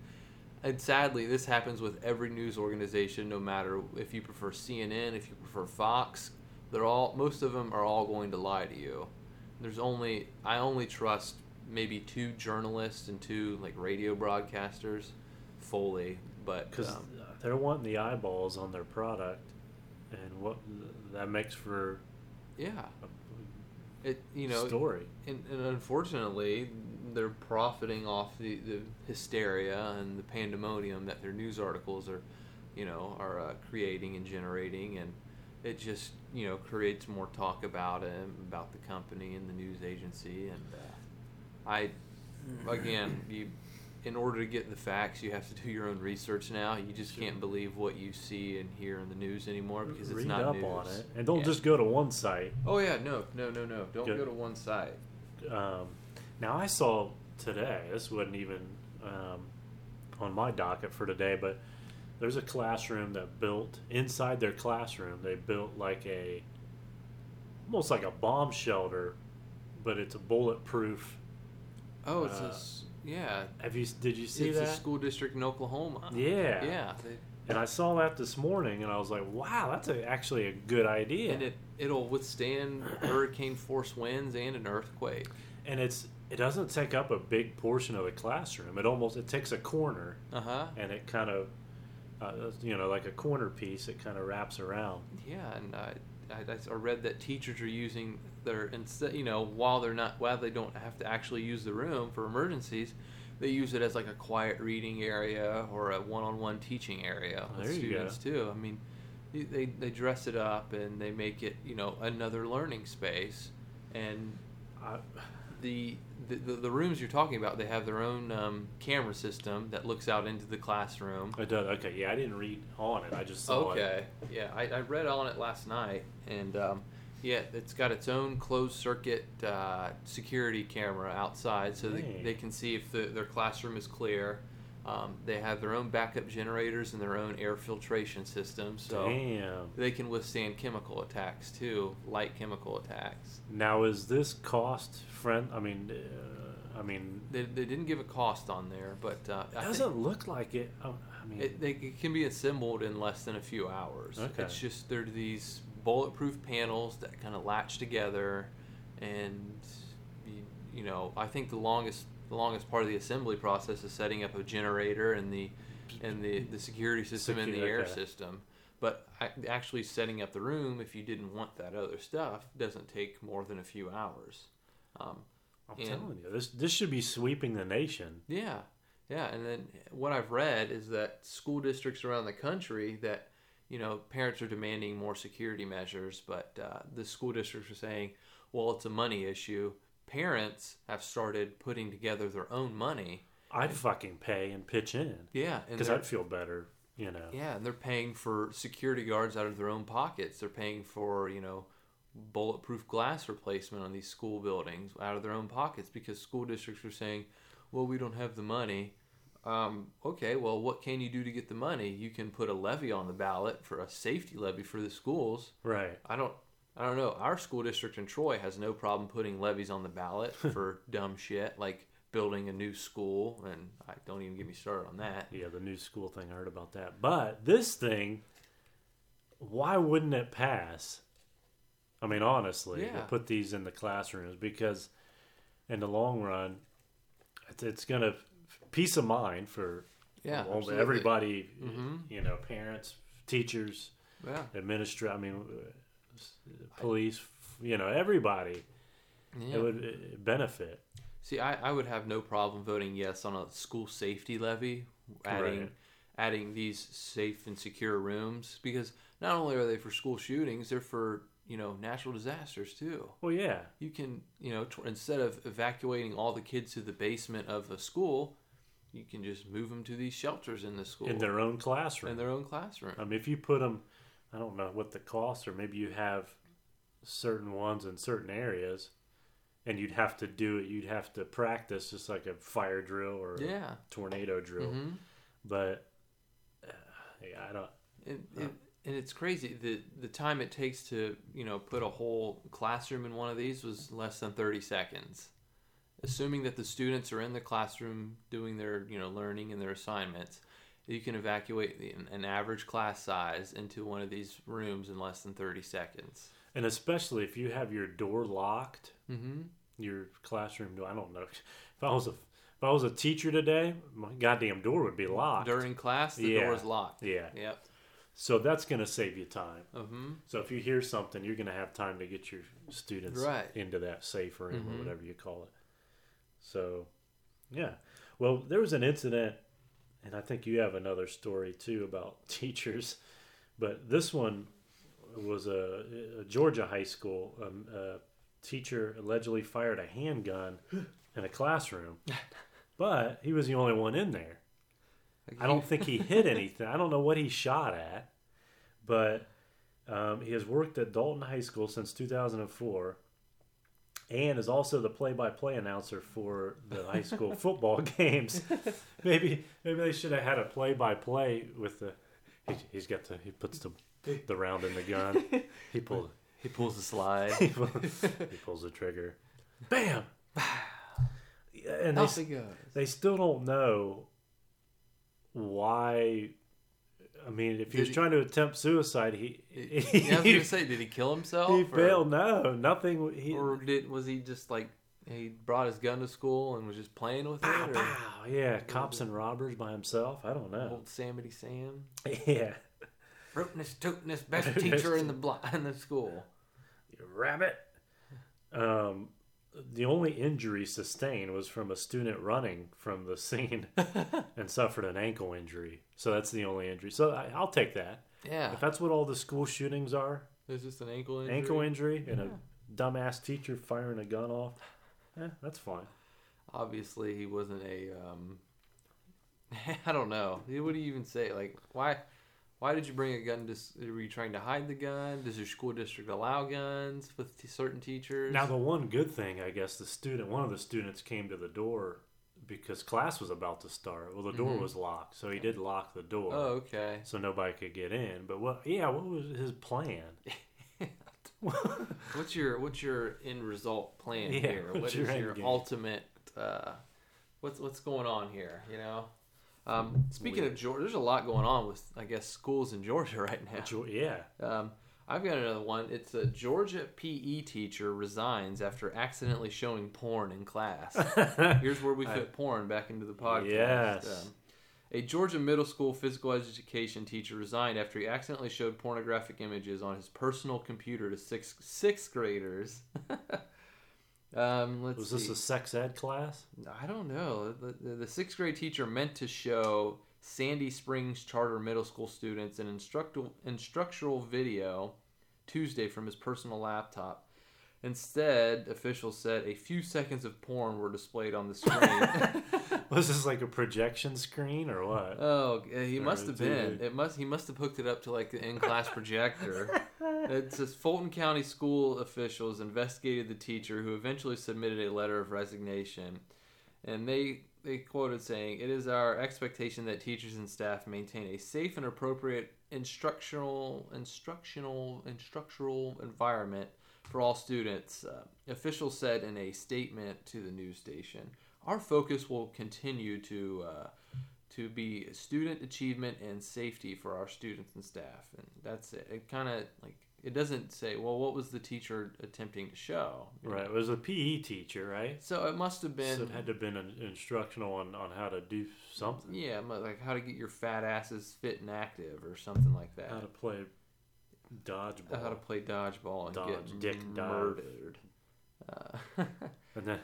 Speaker 2: and sadly, this happens with every news organization. No matter if you prefer CNN, if you prefer Fox, they're all most of them are all going to lie to you. There's only I only trust maybe two journalists and two like radio broadcasters fully, but
Speaker 1: because
Speaker 2: um,
Speaker 1: they're wanting the eyeballs on their product, and what that makes for
Speaker 2: yeah,
Speaker 1: a
Speaker 2: it you know
Speaker 1: story.
Speaker 2: and, and unfortunately, they're profiting off the, the hysteria and the pandemonium that their news articles are, you know, are uh, creating and generating, and it just you know creates more talk about it, about the company and the news agency, and uh, I, again, you, in order to get the facts, you have to do your own research now. You just can't believe what you see and hear in the news anymore because it's
Speaker 1: read
Speaker 2: not
Speaker 1: up
Speaker 2: news.
Speaker 1: on it, and don't
Speaker 2: Yeah.
Speaker 1: just go to one site.
Speaker 2: Oh yeah, no, no, no, no! Don't
Speaker 1: Good.
Speaker 2: go to one site.
Speaker 1: Um, now I saw today. This wasn't even um, on my docket for today, but there's a classroom that built inside their classroom. They built like a almost like a bomb shelter, but it's a bulletproof.
Speaker 2: Oh, it's a
Speaker 1: Uh,
Speaker 2: s yeah.
Speaker 1: Have you? Did you see
Speaker 2: it's
Speaker 1: that?
Speaker 2: a school district in Oklahoma.
Speaker 1: Yeah.
Speaker 2: yeah. they-
Speaker 1: And I saw that this morning, and I was like, "Wow, that's a, actually a good idea."
Speaker 2: And it it'll withstand hurricane force winds and an earthquake.
Speaker 1: and it's it doesn't take up a big portion of the classroom. It almost it takes a corner,
Speaker 2: Uh huh.
Speaker 1: and it kind of uh, you know like a corner piece. It kind of wraps around.
Speaker 2: Yeah, and I, I I read that teachers are using their instead you know while they're not while they don't have to actually use the room for emergencies, they use it as like a quiet reading area or a one-on-one teaching area with
Speaker 1: There you go.
Speaker 2: students too. I mean, they- they they dress it up and they make it you know another learning space, and
Speaker 1: I,
Speaker 2: the the, the, the rooms you're talking about, they have their own um, camera system that looks out into the classroom.
Speaker 1: it does. Okay, yeah, I didn't read on it. I just saw it.
Speaker 2: Okay, yeah, I, I read on it last night, and um, yeah, it's got its own closed circuit uh, security camera outside, so they,
Speaker 1: Dang.
Speaker 2: they can see if the, their classroom is clear. Um, they have their own backup generators and their own air filtration system, so
Speaker 1: Damn.
Speaker 2: they can withstand chemical attacks too, light chemical attacks.
Speaker 1: Now is this cost friend? I mean, uh, I mean,
Speaker 2: They, they didn't give a cost on there, but uh, I think-
Speaker 1: doesn't look like it. I, I mean,
Speaker 2: It, they it can be assembled in less than a few hours.
Speaker 1: Okay.
Speaker 2: It's just they're these bulletproof panels that kind of latch together, and you, you know I think the longest the longest part of the assembly process is setting up a generator and the and the, the security system and the
Speaker 1: Secure-
Speaker 2: air
Speaker 1: okay.
Speaker 2: system. But I, actually setting up the room, if you didn't want that other stuff, doesn't take more than a few hours. Um,
Speaker 1: I'm
Speaker 2: and-
Speaker 1: telling you, this this should be sweeping the nation.
Speaker 2: yeah, yeah, and then what I've read is that school districts around the country that you know parents are demanding more security measures, but uh, the school districts are saying, well, it's a money issue. Parents have started putting together their own money.
Speaker 1: I'd fucking pay and pitch in
Speaker 2: Yeah, and
Speaker 1: because
Speaker 2: they're-
Speaker 1: I'd feel better. You know.
Speaker 2: yeah, and they're paying for security guards out of their own pockets. They're paying for, you know, bulletproof glass replacement on these school buildings out of their own pockets because school districts are saying, well, we don't have the money. Um, okay, well, what can you do to get the money? You can put a levy on the ballot for a safety levy for the schools.
Speaker 1: Right.
Speaker 2: I don't. I don't know. Our school district in Troy has no problem putting levies on the ballot for dumb shit like building a new school, and I don't even get me started on that.
Speaker 1: Yeah, the new school thing. I heard about that. But this thing, why wouldn't it pass? I mean, honestly,
Speaker 2: Yeah.
Speaker 1: to put these in the classrooms because, in the long run, it's, it's gonna peace of mind for
Speaker 2: Yeah,
Speaker 1: all-
Speaker 2: absolutely.
Speaker 1: everybody.
Speaker 2: Mhm.
Speaker 1: You know, parents, teachers,
Speaker 2: Yeah,
Speaker 1: administrator. I mean, uh, s- police. You know, everybody.
Speaker 2: yeah.
Speaker 1: It would uh, benefit.
Speaker 2: See, I, I would have no problem voting yes on a school safety levy, adding
Speaker 1: Right.
Speaker 2: adding these safe and secure rooms because not only are they for school shootings, they're for you know natural disasters too.
Speaker 1: Well, yeah,
Speaker 2: You can you know t- instead of evacuating all the kids to the basement of a school, you can just move them to these shelters in the school
Speaker 1: in their own classroom.
Speaker 2: in their own classroom.
Speaker 1: Um, if you put them, I don't know what the cost, or maybe you have certain ones in certain areas, and you'd have to do it. You'd have to practice just like a fire drill or a
Speaker 2: yeah,
Speaker 1: tornado drill.
Speaker 2: hmm
Speaker 1: But uh, yeah, I don't.
Speaker 2: and, and, and it's crazy the the time it takes to you know put a whole classroom in one of these was less than 30 seconds assuming that the students are in the classroom doing their you know learning and their assignments you can evacuate the, an- an average class size into one of these rooms in less than 30 seconds
Speaker 1: And especially if you have your door locked,
Speaker 2: mm-hmm.
Speaker 1: your classroom door. I don't know. If I was a if I was a teacher today, my goddamn door would be locked.
Speaker 2: Mm, during class the
Speaker 1: Yeah.
Speaker 2: door is locked
Speaker 1: yeah.
Speaker 2: yep
Speaker 1: So that's gonna save you time.
Speaker 2: mm-hmm.
Speaker 1: So if you hear something, you're going to have time to get your students
Speaker 2: Right.
Speaker 1: into that safe room
Speaker 2: Mhm.
Speaker 1: or whatever you call it. So, yeah. Well, there was an incident, and I think you have another story too about teachers, but this one was a, a Georgia high school. Um, a teacher allegedly fired a handgun in a classroom, but he was the only one in there. I don't think he hit anything. I don't know what he shot at, but um, he has worked at Dalton High School since 2004 and is also the play-by-play announcer for the high school football games. Maybe maybe they should have had a play-by-play with the he, he's got the he puts the the round in the gun. He pulled
Speaker 2: he pulls the slide
Speaker 1: he pulls, he pulls the trigger. Bam. And they
Speaker 2: Off he goes.
Speaker 1: they still don't know why. I mean, if he
Speaker 2: Did
Speaker 1: was
Speaker 2: he-
Speaker 1: trying to attempt suicide, he he,
Speaker 2: yeah, I was
Speaker 1: he,
Speaker 2: gonna say, did he kill himself? or-
Speaker 1: failed. No, nothing. He,
Speaker 2: or did was he just like he brought his gun to school and was just playing with
Speaker 1: pow,
Speaker 2: it, or
Speaker 1: pow. Yeah, cops and robbers by himself. I don't know.
Speaker 2: old Samity Sam,
Speaker 1: Yeah,
Speaker 2: rootinest, tootinest, best teacher in the block in the school?
Speaker 1: You rabbit. Um, the only injury sustained was from a student running from the scene and suffered an ankle injury. So that's the only injury. So I, I'll take that.
Speaker 2: Yeah,
Speaker 1: If that's what all the school shootings are,
Speaker 2: there's just an ankle injury.
Speaker 1: ankle injury and a dumbass teacher firing a gun off. Eh, that's fine.
Speaker 2: Obviously, he wasn't a. Um, I don't know. What do you even say? Like, why? Why did you bring a gun? To, s- were you trying to hide the gun? Does your school district allow guns with t- certain teachers?
Speaker 1: Now the one good thing, I guess, the student, one of the students came to the door because class was about to start. Well, the door
Speaker 2: Mhm.
Speaker 1: was locked, so he did lock the door,
Speaker 2: oh, okay.
Speaker 1: so nobody could get in. But what? Yeah, what was his plan?
Speaker 2: What's your what's your end result plan
Speaker 1: Yeah,
Speaker 2: here?
Speaker 1: what's
Speaker 2: What is
Speaker 1: your
Speaker 2: your,
Speaker 1: end game?
Speaker 2: ultimate? Uh, what's what's going on here? You know. Um, speaking of Georgia, there's a lot going on with I guess schools in Georgia right now.
Speaker 1: Jo- Yeah,
Speaker 2: Um, I've got another one. It's a Georgia PE teacher resigns after accidentally showing porn in class. Here's where we fit porn back into the podcast.
Speaker 1: Yes.
Speaker 2: Um, a Georgia middle school physical education teacher resigned after he accidentally showed pornographic images on his personal computer to six sixth graders. um, let's
Speaker 1: was
Speaker 2: see.
Speaker 1: this a sex ed class?
Speaker 2: I don't know. The, the, the sixth grade teacher meant to show Sandy Springs Charter Middle School students an instructal, instructional video Tuesday from his personal laptop. Instead, officials said a few seconds of porn were displayed on the screen.
Speaker 1: Was this like a projection screen or what?
Speaker 2: oh, he must have
Speaker 1: Alright,
Speaker 2: been. It must. He must have hooked it up to like the in-class projector. It says Fulton County school officials investigated the teacher, who eventually submitted a letter of resignation, and they they quoted saying, "It is our expectation that teachers and staff maintain a safe and appropriate instructional, instructional, instructional environment for all students." Uh, officials said in a statement to the news station, "Our focus will continue to uh, to be student achievement and safety for our students and staff." And that's it. It kind of like it doesn't say, "Well, what was the teacher attempting to show?" you know?
Speaker 1: Right. It was a PE teacher, right?
Speaker 2: So it must have been
Speaker 1: so it had to have been an instructional on, on how to do something.
Speaker 2: Yeah, mo- like how to get your fat asses fit and active or something like that.
Speaker 1: How to play
Speaker 2: Uh,
Speaker 1: dodgeball.
Speaker 2: how to play dodgeball and
Speaker 1: Dodge,
Speaker 2: get
Speaker 1: dick, dive.
Speaker 2: murdered. Uh,
Speaker 1: And then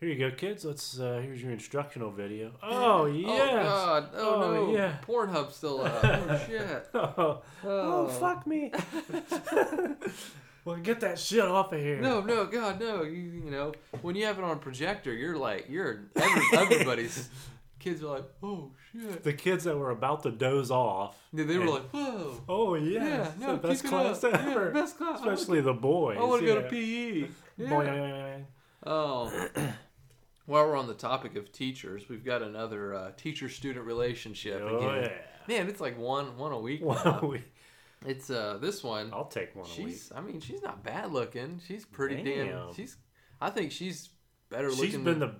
Speaker 1: here you go, kids. Let's uh, here's your instructional video. Oh
Speaker 2: Oh
Speaker 1: yes.
Speaker 2: god! Oh,
Speaker 1: Oh,
Speaker 2: no!
Speaker 1: yeah.
Speaker 2: Pornhub's still up. Oh shit!
Speaker 1: Oh,
Speaker 2: Oh.
Speaker 1: fuck me. well, get that shit off of here.
Speaker 2: No, no, God, no! You, you know when you have it on a projector, you're like you're every, everybody's kids are like, oh shit!
Speaker 1: The kids that were about to doze off.
Speaker 2: They, they were
Speaker 1: and-
Speaker 2: like, whoa!
Speaker 1: Oh yeah,
Speaker 2: Yeah,
Speaker 1: it's
Speaker 2: no,
Speaker 1: the best
Speaker 2: keep it up.
Speaker 1: class
Speaker 2: Yeah,
Speaker 1: ever.
Speaker 2: best class. I wanna-
Speaker 1: Especially the boys.
Speaker 2: I want to E. go
Speaker 1: yeah.
Speaker 2: to PE. Yeah.
Speaker 1: Boing.
Speaker 2: Oh. While we're on the topic of teachers, we've got another uh, teacher-student relationship
Speaker 1: Oh
Speaker 2: again.
Speaker 1: yeah.
Speaker 2: Man, it's like one one a week.
Speaker 1: One
Speaker 2: now.
Speaker 1: a week.
Speaker 2: It's uh this one.
Speaker 1: I'll take one a week.
Speaker 2: She's I mean she's not bad looking. She's pretty
Speaker 1: Damn.
Speaker 2: damn. She's I think she's better looking.
Speaker 1: She's been
Speaker 2: than-
Speaker 1: the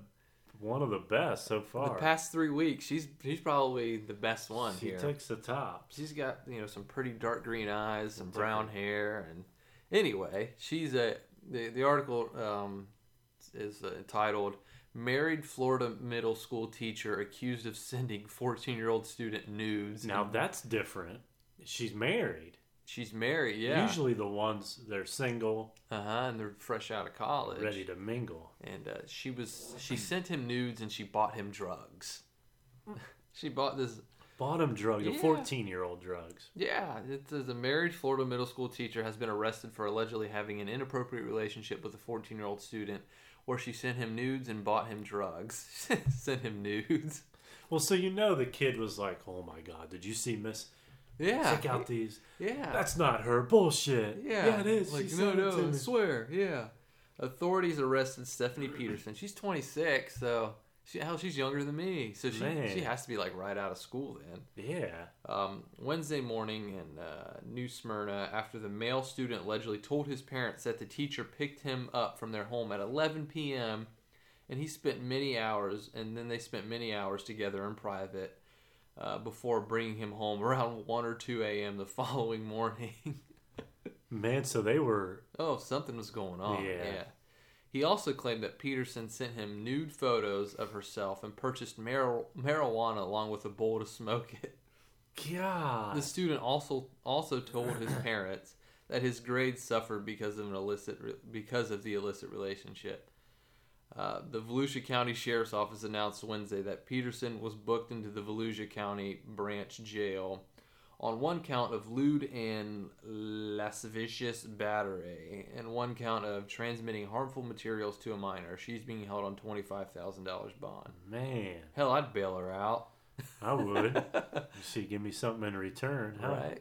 Speaker 1: one of the best so
Speaker 2: the
Speaker 1: far.
Speaker 2: past three weeks. She's she's probably the best one
Speaker 1: she
Speaker 2: here.
Speaker 1: takes the top.
Speaker 2: She's got you know some pretty dark green eyes, some
Speaker 1: Take
Speaker 2: brown hair, and anyway, she's a the the article um, is uh, entitled "Married Florida Middle School Teacher Accused of Sending 14 Year Old Student Nudes."
Speaker 1: Now that's different. She's married.
Speaker 2: she's married, yeah,
Speaker 1: Usually the ones they're single,
Speaker 2: uh huh, and they're fresh out of college,
Speaker 1: ready to mingle.
Speaker 2: and uh, she was she sent him nudes and she bought him drugs. she bought this
Speaker 1: Bottom drugs, the
Speaker 2: Yeah.
Speaker 1: fourteen-year-old drugs.
Speaker 2: Yeah, it says a married Florida middle school teacher has been arrested for allegedly having an inappropriate relationship with a 14 year old student where she sent him nudes and bought him drugs. sent him nudes.
Speaker 1: Well, so you know the kid was like, "Oh my god, did you see Miss?
Speaker 2: Yeah.
Speaker 1: Check out these.
Speaker 2: Yeah.
Speaker 1: That's not her. Bullshit.
Speaker 2: yeah.
Speaker 1: yeah, it is.
Speaker 2: Like,
Speaker 1: She
Speaker 2: no,
Speaker 1: sent it to
Speaker 2: no, I
Speaker 1: me.
Speaker 2: swear. Yeah. Authorities arrested Stephanie Peterson. She's 26, so she, hell, she's younger than me. So she,
Speaker 1: Man.
Speaker 2: she has to be like right out of school then.
Speaker 1: Yeah,
Speaker 2: um, Wednesday morning in uh, New Smyrna after the male student allegedly told his parents that the teacher picked him up from their home at 11 p.m. and he spent many hours, and then they spent many hours together in private uh, before bringing him home around 1 or 2 a.m. the following morning.
Speaker 1: man. So they were.
Speaker 2: oh, something was going on.
Speaker 1: Yeah.
Speaker 2: Yeah. He also claimed that Peterson sent him nude photos of herself and purchased mar- marijuana along with a bowl to smoke it.
Speaker 1: God.
Speaker 2: The student also also told his parents that his grades suffered because of an illicit re- because of the illicit relationship. Uh, the Volusia County Sheriff's Office announced Wednesday that Peterson was booked into the Volusia County Branch Jail on one count of lewd and lascivious battery and one count of transmitting harmful materials to a minor. She's being held on twenty five thousand dollars bond.
Speaker 1: Man,
Speaker 2: Hell, I'd bail her out.
Speaker 1: I would. she give me something in return. Huh?
Speaker 2: Right?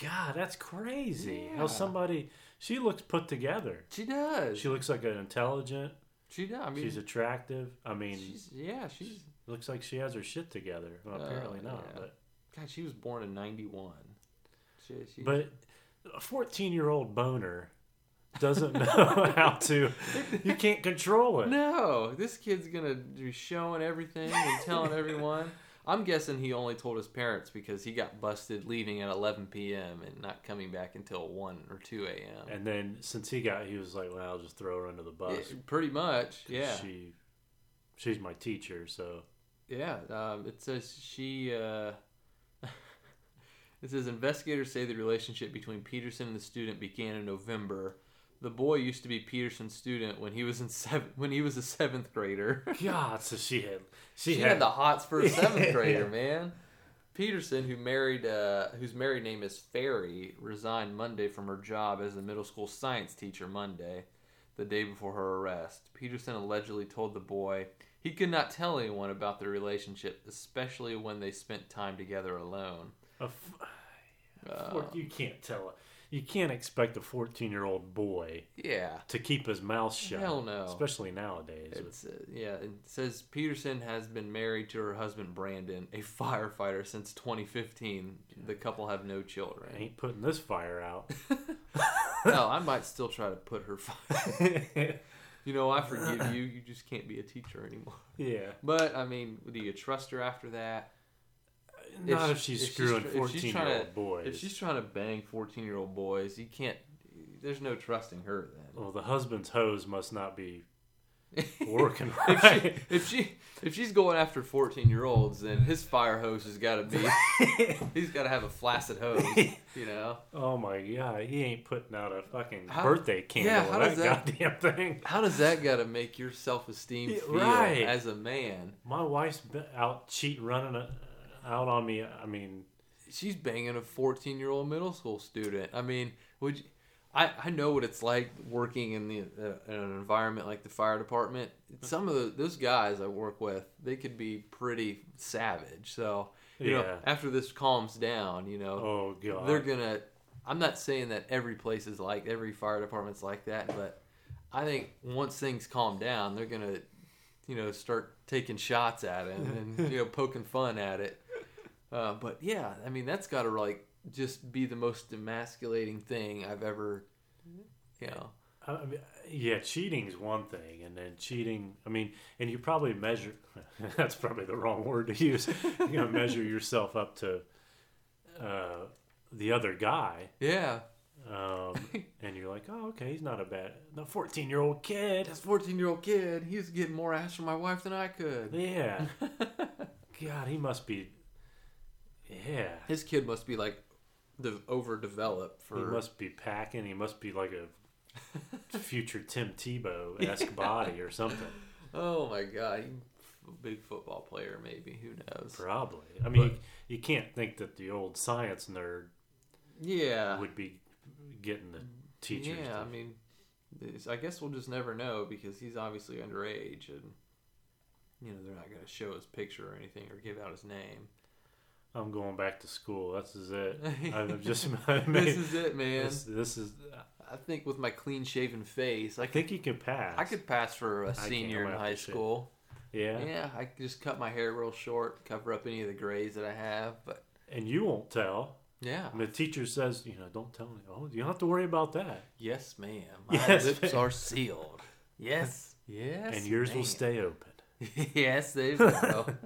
Speaker 1: God, that's crazy. How
Speaker 2: Yeah.
Speaker 1: somebody she looks put together.
Speaker 2: She does.
Speaker 1: She
Speaker 2: She,
Speaker 1: looks like an intelligent.
Speaker 2: does. I mean,
Speaker 1: she's attractive. I mean,
Speaker 2: She's yeah, she's
Speaker 1: looks like she has her shit together. Well,
Speaker 2: Uh,
Speaker 1: apparently not.
Speaker 2: yeah. God. She was born in '91. She, she,
Speaker 1: But, but a fourteen-year-old boner doesn't know how to. You can't control it.
Speaker 2: no, this kid's gonna be showing everything and telling everyone. I'm guessing he only told his parents because he got busted leaving at 11 p.m. and not coming back until 1 or 2 a.m.
Speaker 1: And then since he got, he was like, "Well, I'll just throw her under the bus."
Speaker 2: Yeah, pretty much, yeah,
Speaker 1: She, she's my teacher, so
Speaker 2: yeah. Um, it says she. Uh, It says investigators say the relationship between Peterson and the student began in November. The boy used to be Peterson's student when he was in seven, when he was a seventh grader.
Speaker 1: God, so she had, she,
Speaker 2: She had the hots for a seventh grader, man. Peterson, who married, uh, whose married name is Ferry, resigned Monday from her job as a middle school science teacher. Monday, the day before her arrest, Peterson allegedly told the boy he could not tell anyone about their relationship, especially when they spent time together alone.
Speaker 1: a f-
Speaker 2: Uh,
Speaker 1: Look, you can't tell. you can't expect a 14 year old boy
Speaker 2: Yeah.
Speaker 1: to keep his mouth shut.
Speaker 2: Hell no.
Speaker 1: Especially nowadays. with-
Speaker 2: It's, uh, yeah, it says Peterson has been married to her husband Brandon, a firefighter, since 2015. The couple have no
Speaker 1: I
Speaker 2: children.
Speaker 1: ain't putting this fire out.
Speaker 2: Hell, I might still try to put her fire. You know, I forgive you. You just can't be a teacher anymore.
Speaker 1: yeah.
Speaker 2: But I mean, do you trust her after that?
Speaker 1: Not
Speaker 2: she-
Speaker 1: if she's
Speaker 2: if she's
Speaker 1: screwing
Speaker 2: tr- if she's
Speaker 1: 14 year
Speaker 2: trying
Speaker 1: old
Speaker 2: to-
Speaker 1: boys.
Speaker 2: If she's trying to bang 14 year old boys, you can't. There's no trusting her then.
Speaker 1: Well, the husband's hose must not be working
Speaker 2: If
Speaker 1: right.
Speaker 2: she, if she if she's going after 14 year olds, then his fire hose has got to be. he's got to have a flaccid hose. You know.
Speaker 1: oh my god, he ain't putting out a fucking
Speaker 2: How-
Speaker 1: birthday candle
Speaker 2: yeah, how
Speaker 1: with
Speaker 2: does
Speaker 1: that,
Speaker 2: that-
Speaker 1: goddamn thing.
Speaker 2: How does that gotta make your self esteem
Speaker 1: Yeah,
Speaker 2: feel
Speaker 1: right.
Speaker 2: as a man?
Speaker 1: My wife's been out cheat running uh, out on me. I mean,
Speaker 2: She's banging a fourteen year old middle school student. I mean, would you, I I know what it's like working in the uh, in an environment like the fire department. Some of the, those guys I work with, they could be pretty savage. So you know,
Speaker 1: Yeah.
Speaker 2: after this calms down, you know,
Speaker 1: oh god,
Speaker 2: they're gonna i'm not saying that every place is like every fire department's like that but i think once things calm down they're gonna you know start taking shots at it and you know poking fun at it uh, but yeah i mean that's gotta like just be the most emasculating thing i've ever you know
Speaker 1: I I mean, yeah, cheating's one thing, and then cheating. I mean, and you probably measure. that's probably the wrong word to use. You're gonna measure yourself up to uh, the other guy,
Speaker 2: yeah
Speaker 1: um, and you're like, oh, okay, he's not a bad, the 14 year old kid.
Speaker 2: this 14 year old kid he's getting more ass from my wife than i could
Speaker 1: Yeah. God, he must be. Yeah.
Speaker 2: his kid must be like the overdeveloped for
Speaker 1: He must be packing. He must be like a future Tim Tebow esque body or something.
Speaker 2: Oh my god, you big football player, maybe who knows?
Speaker 1: Probably. I mean, you, you can't think that the old science nerd
Speaker 2: Yeah,
Speaker 1: would be getting the teachers.
Speaker 2: yeah.
Speaker 1: to-
Speaker 2: I mean, this- I guess we'll just never know because he's obviously underage, and you know they're not going to show his picture or anything or give out his name.
Speaker 1: I'm going back to school. This is it. I've just I made,
Speaker 2: this is it, man.
Speaker 1: this, this is.
Speaker 2: I think with my clean shaven face, I
Speaker 1: I
Speaker 2: could
Speaker 1: think you can pass.
Speaker 2: I could pass for a
Speaker 1: can't,
Speaker 2: senior
Speaker 1: I'm
Speaker 2: in
Speaker 1: gonna have
Speaker 2: high
Speaker 1: to shave.
Speaker 2: school.
Speaker 1: Yeah.
Speaker 2: Yeah, I could just cut my hair real short, cover up any of the grays that I have. But
Speaker 1: And you won't tell.
Speaker 2: yeah,
Speaker 1: And the teacher says, you know, don't tell me. Oh, you don't have to worry about that.
Speaker 2: yes, ma'am. My
Speaker 1: Yes,
Speaker 2: lips
Speaker 1: ma'am.
Speaker 2: are sealed. Yes, yes.
Speaker 1: and yours will
Speaker 2: ma'am.
Speaker 1: stay open.
Speaker 2: yes, they will.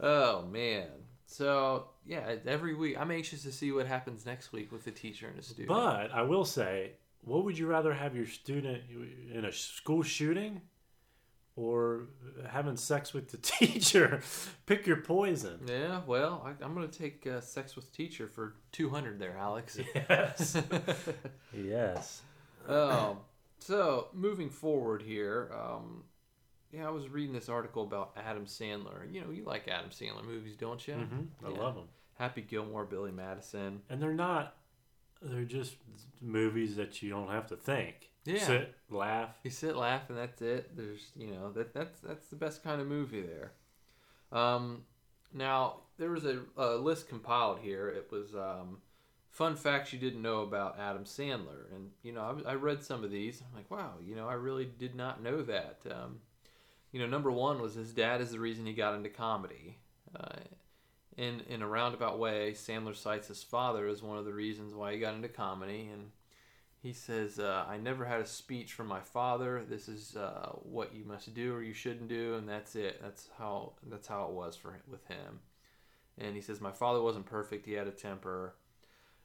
Speaker 2: oh man. So yeah, every week I'm anxious to see what happens next week with the teacher and the student.
Speaker 1: But I will say, what would you rather have your student in a school shooting or having sex with the teacher? Pick your poison.
Speaker 2: yeah, well, I, I'm gonna take uh, sex with teacher for 200 there, Alex.
Speaker 1: Yes. yes.
Speaker 2: um, so moving forward here, um, yeah, I was reading this article about Adam Sandler. You know, you like Adam Sandler movies, don't you?
Speaker 1: hmm I
Speaker 2: Yeah.
Speaker 1: love them.
Speaker 2: Happy Gilmore, Billy Madison.
Speaker 1: And they're not, they're just movies that you don't have to think.
Speaker 2: Yeah.
Speaker 1: Sit, laugh.
Speaker 2: You sit, laugh, and that's it. There's, you know, that that's that's the best kind of movie there. Um, now there was a, a list compiled here. It was um, fun facts you didn't know about Adam Sandler, and you know, I, I read some of these. I'm like, wow, you know, I really did not know that. Um, you know, number one was his dad is the reason he got into comedy. Uh, in in a roundabout way, Sandler cites his father as one of the reasons why he got into comedy, and he says, uh, "I never had a speech from my father. This is uh, what you must do or you shouldn't do, and that's it. That's how that's how it was for with him." And he says, "My father wasn't perfect. He had a temper.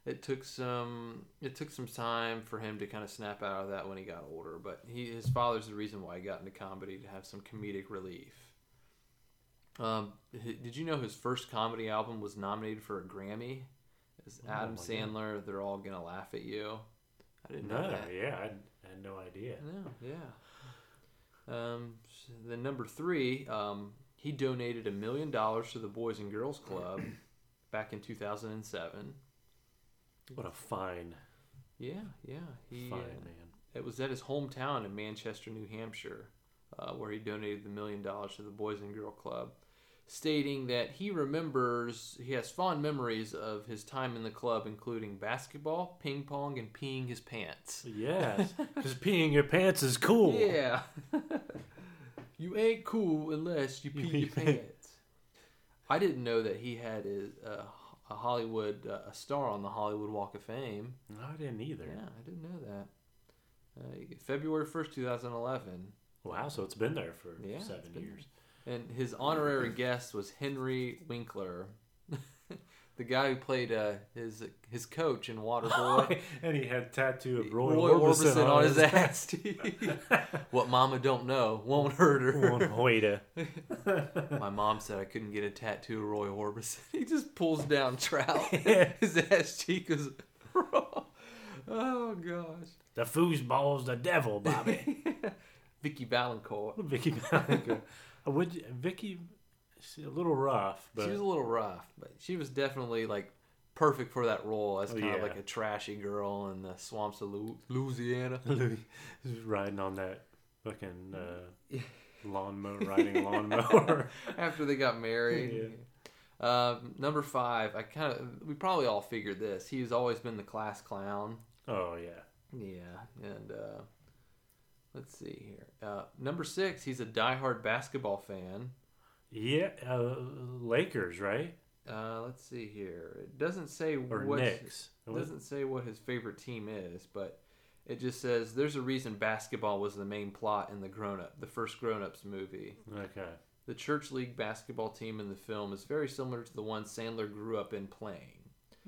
Speaker 2: It took some it took some time for him to kind of snap out of that when he got older. But he his father's the reason why he got into comedy to have some comedic relief." Um, hi- did you know his first comedy album was nominated for a Grammy? It's
Speaker 1: Oh,
Speaker 2: Adam
Speaker 1: my God.
Speaker 2: Sandler. They're all gonna laugh at you. I didn't know
Speaker 1: No,
Speaker 2: that.
Speaker 1: yeah, I, I had no idea.
Speaker 2: No, yeah. Um, s- then number three, um, he donated a million dollars to the Boys and Girls Club back in 2007.
Speaker 1: What a fine,
Speaker 2: Yeah, yeah. He, uh,
Speaker 1: fine man.
Speaker 2: it was at his hometown in Manchester, New Hampshire, uh, where he donated the million dollars to the Boys and Girl Club. stating that he remembers he has fond memories of his time in the club, including basketball, ping pong, and peeing his pants.
Speaker 1: Yes, because peeing your pants is cool.
Speaker 2: Yeah. you ain't cool unless you pee your pants. I didn't know that he had his, uh, a Hollywood uh, a star on the Hollywood Walk of Fame.
Speaker 1: No, I didn't either.
Speaker 2: Yeah, I didn't know that. Uh, February first, two thousand eleven,
Speaker 1: Wow, so it's been there for
Speaker 2: Yeah, it's
Speaker 1: seven
Speaker 2: been
Speaker 1: years.
Speaker 2: and his honorary guest was Henry Winkler, the guy who played uh, his his coach in Waterboy.
Speaker 1: and he had a tattoo of Roy,
Speaker 2: Roy,
Speaker 1: Orbison, on his ass.
Speaker 2: ass. what Mama don't know won't hurt her.
Speaker 1: Hoida.
Speaker 2: My mom said I couldn't get a tattoo of Roy Orbison. He just pulls down Trout.
Speaker 1: Yeah.
Speaker 2: His ass cheek is raw. Oh gosh.
Speaker 1: The foosball's the devil, Bobby.
Speaker 2: Vicky Valancourt.
Speaker 1: Vicky Valico. I Would Vicky? She's a little rough, but
Speaker 2: She was a little rough, but she was definitely like perfect for that role as
Speaker 1: Oh,
Speaker 2: kind of
Speaker 1: yeah.
Speaker 2: like a trashy girl in the swamps of Lu- Louisiana.
Speaker 1: Louis is riding on that fucking uh, lawnmower, riding lawnmower.
Speaker 2: After they got married. Um, number five, I kind of we probably all figured this. He's always been the class clown.
Speaker 1: oh yeah,
Speaker 2: Yeah, and uh, let's see here. Uh, number six, he's a diehard basketball fan.
Speaker 1: yeah. Uh, Lakers, right?
Speaker 2: Uh, let's see here. It doesn't say
Speaker 1: Or
Speaker 2: what
Speaker 1: Knicks?
Speaker 2: it doesn't say what his favorite team is, but it just says there's a reason basketball was the main plot in the grown up, the first grown ups movie.
Speaker 1: Okay.
Speaker 2: The church league basketball team in the film is very similar to the one Sandler grew up in playing.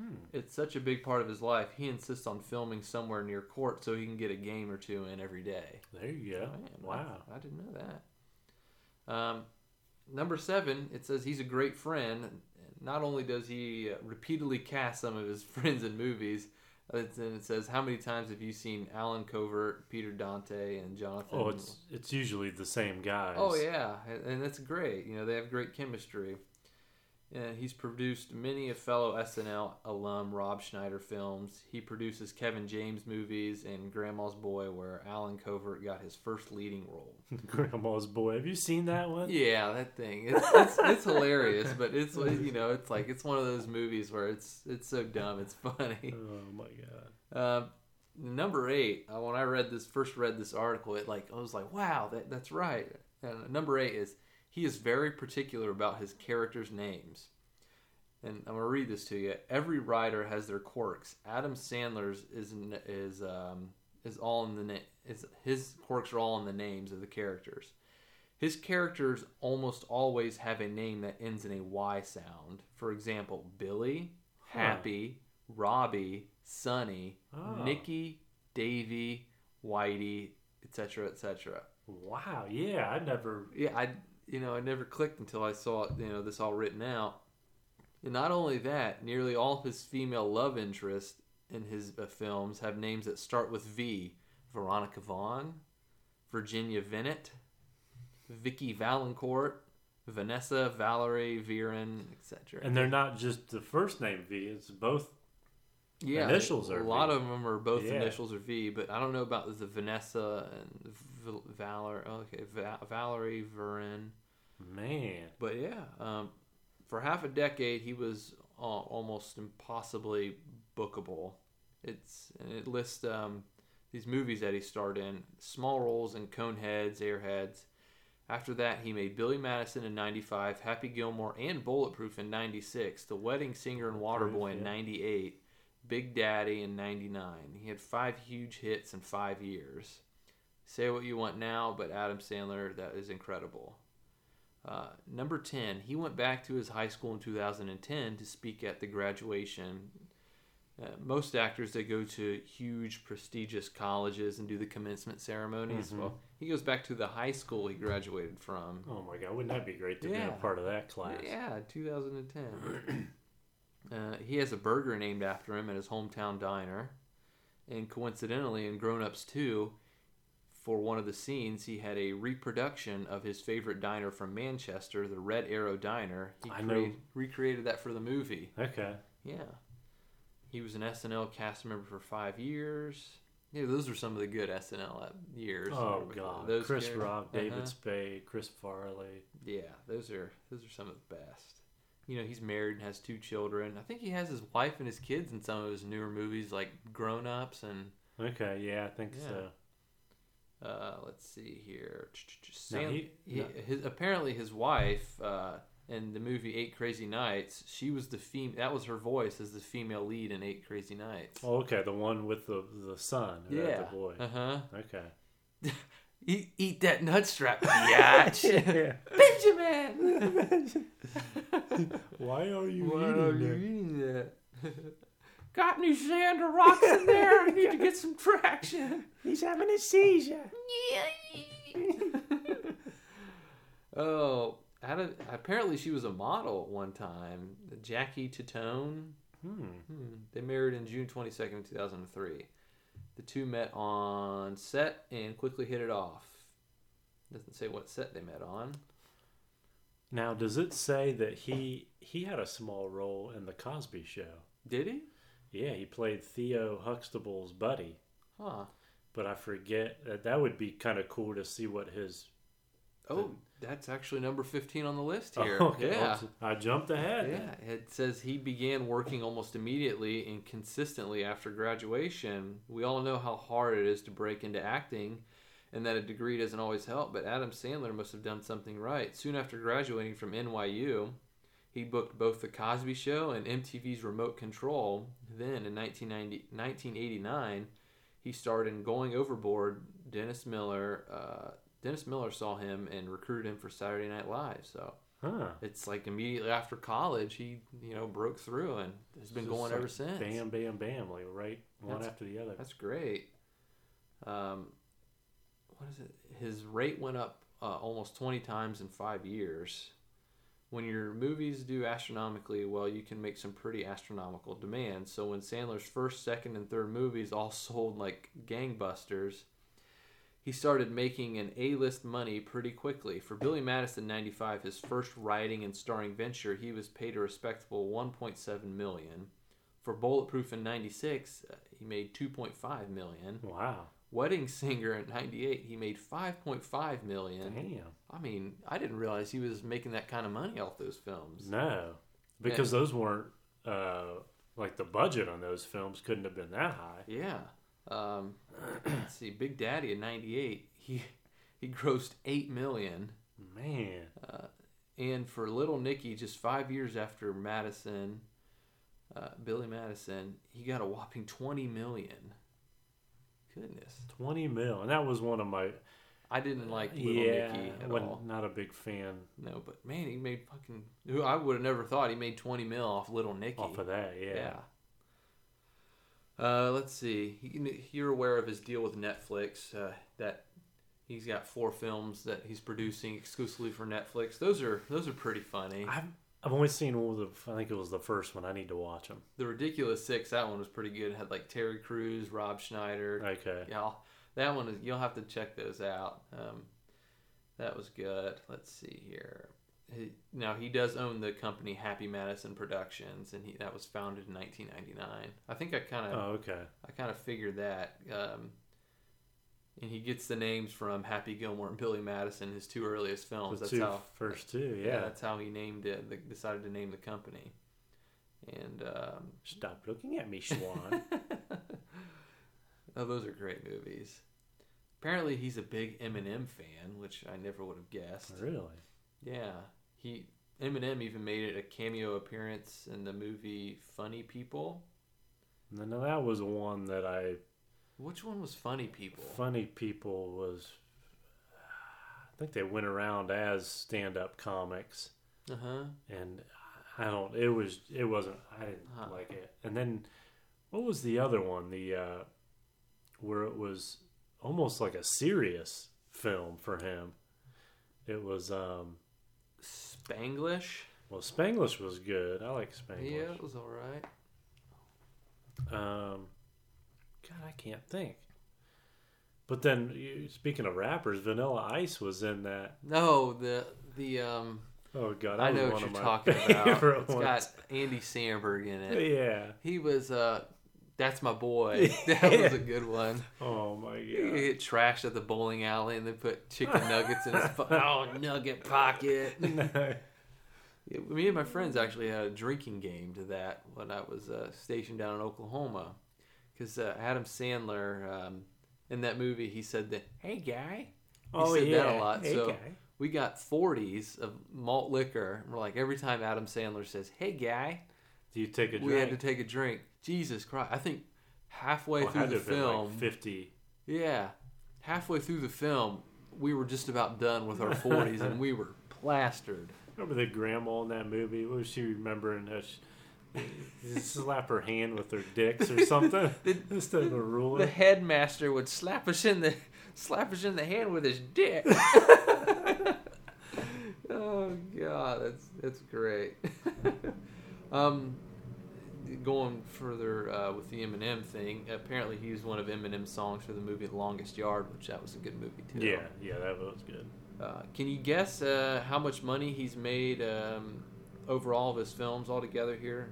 Speaker 1: Hmm.
Speaker 2: It's such a big part of his life. He insists on filming somewhere near court so he can get a game or two in every day.
Speaker 1: There you go.
Speaker 2: Oh, Man, I-
Speaker 1: wow.
Speaker 2: I, didn't know that. Um, number seven, it says he's a great friend. Not only does he uh, repeatedly cast some of his friends in movies, uh, it's- and it says, How many times have you seen Alan Covert, Peter Dante, and Jonathan?
Speaker 1: Oh, it's it's usually the same guys.
Speaker 2: Oh, yeah. And, and that's great. You know, they have great chemistry. And he's produced many of fellow SNL alum Rob Schneider films. He produces Kevin James movies and Grandma's Boy, where Alan Covert got his first leading role.
Speaker 1: Grandma's boy. Have you seen that one?
Speaker 2: Yeah, that thing. It's, it's, it's hilarious, but it's you know, it's like it's one of those movies where it's it's so dumb, it's funny.
Speaker 1: Oh my god.
Speaker 2: Um, number eight. uh, When I read this first, read this article, it like I was like, wow, that that's right. And uh, number eight is he is very particular about his characters' names. And I'm gonna read this to you. Every writer has their quirks. Adam Sandler's is n- is um, is all in the name. Is his quirks are all in the names of the characters. His characters almost always have a name that ends in a Y sound. For example, Billy,
Speaker 1: Huh.
Speaker 2: Happy, Robbie, Sonny,
Speaker 1: Ah.
Speaker 2: Nikki, Davy, Whitey, etc., etc.
Speaker 1: Wow. Yeah, I never.
Speaker 2: Yeah, I you know I never clicked until I saw it, you know this all written out. And not only that, nearly all of his female love interests in his uh, films have names that start with V: Veronica Vaughn, Virginia Vennett, Vicky Valancourt, Vanessa, Valerie, Viren, etc.
Speaker 1: And they're not just the first name V. It's both.
Speaker 2: Yeah,
Speaker 1: Initials
Speaker 2: a
Speaker 1: are
Speaker 2: lot
Speaker 1: V.
Speaker 2: of them are both
Speaker 1: Yeah.
Speaker 2: initials are V, but I don't know about the Vanessa and Val- Valor. Okay, Va- Valerie Varin.
Speaker 1: Man.
Speaker 2: But yeah, um, for half a decade he was uh, almost impossibly bookable. It's and it lists um, these movies that he starred in small roles in Coneheads, Airheads. After that, he made Billy Madison in '95, Happy Gilmore and Bulletproof in '96, The Wedding Singer and Waterboy in
Speaker 1: yeah.
Speaker 2: '98, Big Daddy in '99. He had five huge hits in five years. Say what you want now, but Adam Sandler, that is incredible. Uh, number 10, he went back to his high school in 2010 to speak at the graduation. Uh, most actors that go to huge, prestigious colleges and do the commencement ceremonies,
Speaker 1: Mhm.
Speaker 2: well, he goes back to the high school he graduated from.
Speaker 1: Oh my god. Wouldn't that be great to be
Speaker 2: Yeah.
Speaker 1: a part of that class?
Speaker 2: Yeah, 2010. uh, he has a burger named after him at his hometown diner. And coincidentally, in Grown Ups 2, for one of the scenes, he had a reproduction of his favorite diner from Manchester, the Red Arrow Diner. He
Speaker 1: I know.
Speaker 2: recreated that for the movie.
Speaker 1: Okay.
Speaker 2: Yeah. He was an SNL cast member for five years. Yeah, those were some of the good SNL uh, years.
Speaker 1: Oh
Speaker 2: Remember
Speaker 1: god,
Speaker 2: those
Speaker 1: Chris
Speaker 2: characters?
Speaker 1: Rock, David
Speaker 2: Uh-huh.
Speaker 1: Spade, Chris Farley.
Speaker 2: Yeah, those are those are some of the best. You know, he's married and has two children. I think he has his wife and his kids in some of his newer movies, like Grown Ups and
Speaker 1: Okay, yeah, I think
Speaker 2: Yeah.
Speaker 1: so.
Speaker 2: uh, let's see here. Sam,
Speaker 1: No, he-
Speaker 2: he-
Speaker 1: no.
Speaker 2: his, apparently his wife uh, in the movie Eight Crazy Nights, she was the fem- that was her voice as the female lead in Eight Crazy Nights.
Speaker 1: Oh, okay, the one with the the son, or
Speaker 2: yeah,
Speaker 1: the boy.
Speaker 2: uh huh.
Speaker 1: Okay.
Speaker 2: Eat, eat that nut strap, biatch.
Speaker 1: Yeah.
Speaker 2: Benjamin.
Speaker 1: Why are you
Speaker 2: Why
Speaker 1: eating
Speaker 2: are you
Speaker 1: that?
Speaker 2: eating that? Got any sand or rocks in there? I need to get some traction.
Speaker 1: He's having a seizure.
Speaker 2: oh, how did, apparently she was a model at one time. Jackie Tatone.
Speaker 1: Hmm.
Speaker 2: Hmm. They married in June 22nd, 2003. The two met on set and quickly hit it off. Doesn't say what set they met on.
Speaker 1: Now, does it say that he he had a small role in the Cosby Show?
Speaker 2: Did he?
Speaker 1: Yeah, he played Theo Huxtable's buddy,
Speaker 2: Huh.
Speaker 1: but I forget that that would be kind of cool to see what his.
Speaker 2: Oh, that's actually number 15 on the list here.
Speaker 1: Oh, okay.
Speaker 2: Yeah.
Speaker 1: I jumped ahead.
Speaker 2: Yeah, it says he began working almost immediately and consistently after graduation. We all know how hard it is to break into acting and that a degree doesn't always help, but Adam Sandler must have done something right. Soon after graduating from NYU, he booked both The Cosby Show and MTV's Remote Control. Then in 1990, 1989, he starred in Going Overboard. Dennis Miller, uh, Dennis Miller saw him and recruited him for Saturday Night Live. So
Speaker 1: Huh.
Speaker 2: it's like immediately after college he you know broke through and has been
Speaker 1: Just
Speaker 2: going
Speaker 1: like
Speaker 2: ever since
Speaker 1: Bam, bam, bam. Like right one
Speaker 2: That's-
Speaker 1: after the other.
Speaker 2: that's great um what is it his rate went up uh, almost 20 times in five years when your movies do astronomically well you can make some pretty astronomical demands so when sandler's first second and third movies all sold like gangbusters he started making an A-list money pretty quickly. For Billy Madison 95, his first writing and starring venture, he was paid a respectable 1.7 million. For Bulletproof in 96, uh, he made 2.5 million.
Speaker 1: Wow.
Speaker 2: Wedding Singer in 98, he made 5.5 million.
Speaker 1: Damn.
Speaker 2: I mean, I didn't realize he was making that kind of money off those films.
Speaker 1: No, because those weren't uh, like the budget on those films couldn't have been that high.
Speaker 2: Yeah. Um, let's see, Big Daddy in 98, he he grossed 8 million.
Speaker 1: Man,
Speaker 2: And for Little Nicky, just five years after Madison, uh, Billy Madison, he got a whopping twenty million. Goodness,
Speaker 1: twenty mil, and that was one of my
Speaker 2: I didn't like Little
Speaker 1: yeah,
Speaker 2: Nicky
Speaker 1: I
Speaker 2: at
Speaker 1: wasn't-
Speaker 2: all.
Speaker 1: not a big fan
Speaker 2: No, but man, he made fucking. Who I would have never thought he made twenty mil off Little Nicky.
Speaker 1: off of that. Yeah.
Speaker 2: Uh, let's see. You- You're aware of his deal with Netflix uh, that he's got four films that he's producing exclusively for Netflix. Those are those are pretty funny.
Speaker 1: I've I've only seen one of the. I think it was the first one. I need to watch them.
Speaker 2: The Ridiculous Six, that one was pretty good. It had like Terry Crews, Rob Schneider.
Speaker 1: Okay.
Speaker 2: Y'all, that one is you'll have to check those out. Um, that was good. Let's see here. He, now he does own the company Happy Madison Productions, and he that was founded in 1999. I think I kind of
Speaker 1: Oh, okay.
Speaker 2: I kind of figured that. Um, and he gets the names from Happy Gilmore and Billy Madison, his two earliest
Speaker 1: The
Speaker 2: films. Oh, That's
Speaker 1: two
Speaker 2: how
Speaker 1: first two.
Speaker 2: yeah,
Speaker 1: Yeah.
Speaker 2: that's how he named it. They decided to name the company. And um,
Speaker 1: Stop looking at me, Schwan.
Speaker 2: oh, those are great movies. Apparently, he's a big Eminem fan, which I never would have guessed.
Speaker 1: really?
Speaker 2: Yeah, he Eminem even made it a cameo appearance in the movie Funny People.
Speaker 1: No, no, that was one that I.
Speaker 2: Which one was Funny People?
Speaker 1: Funny people was. I think they went around as stand-up comics.
Speaker 2: Uh huh.
Speaker 1: and I don't. It was. It wasn't. I didn't
Speaker 2: Huh.
Speaker 1: like it. And then what was the other one? The uh, where it was almost like a serious film for him. It was um.
Speaker 2: Spanglish.
Speaker 1: Well, Spanglish was good. I like
Speaker 2: Yeah,
Speaker 1: Spanglish.
Speaker 2: it was all right.
Speaker 1: Um, God, I can't think. But then, you- speaking of rappers, Vanilla Ice was in that.
Speaker 2: No, the the um.
Speaker 1: Oh God, that
Speaker 2: I
Speaker 1: was
Speaker 2: know
Speaker 1: one of
Speaker 2: what
Speaker 1: my
Speaker 2: you're talking
Speaker 1: favorite
Speaker 2: about. It's
Speaker 1: ones.
Speaker 2: got Andy Samberg in it.
Speaker 1: Yeah,
Speaker 2: He was uh That's my boy. That was a good one.
Speaker 1: Oh my
Speaker 2: You
Speaker 1: god.
Speaker 2: get trashed at the bowling alley and they put chicken nuggets in his fu- oh nugget pocket. Yeah, me and my friends actually had a drinking game to that when I was uh, stationed down in Oklahoma, because uh, Adam Sandler um, in that movie he said that hey guy, he
Speaker 1: oh
Speaker 2: said
Speaker 1: yeah.
Speaker 2: that a lot.
Speaker 1: Hey,
Speaker 2: so
Speaker 1: guy.
Speaker 2: we got 40s of malt liquor. And we're like every time Adam Sandler says hey guy,
Speaker 1: Do you take a drink?
Speaker 2: we had to take a drink. Jesus Christ! I think halfway
Speaker 1: Well,
Speaker 2: through
Speaker 1: Oh, had to
Speaker 2: the
Speaker 1: have been, like,
Speaker 2: film,
Speaker 1: Fifty.
Speaker 2: yeah, halfway through the film, we were just about done with our 40s and we were plastered.
Speaker 1: Remember the grandma in that movie? What was she remembering? How she, slap her hand with her dicks or something instead of a
Speaker 2: The
Speaker 1: ruler.
Speaker 2: headmaster would slap us in the slap us in the hand with his dick. oh god, that's that's great. um, going further uh, with the Eminem thing, apparently he used one of Eminem's songs for the movie The Longest Yard, which that was a good movie too.
Speaker 1: Yeah, yeah, that was good.
Speaker 2: Uh, can you guess uh, how much money he's made um, over all of his films altogether here?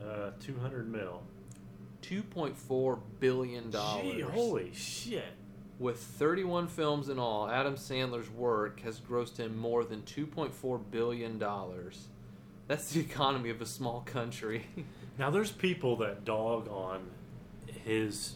Speaker 1: Uh, Two hundred mil.
Speaker 2: Two point four billion dollars.
Speaker 1: Gee, holy shit!
Speaker 2: With 31 films in all, Adam Sandler's work has grossed him more than 2.4 billion dollars. That's the economy of a small country.
Speaker 1: Now there's people that dog on his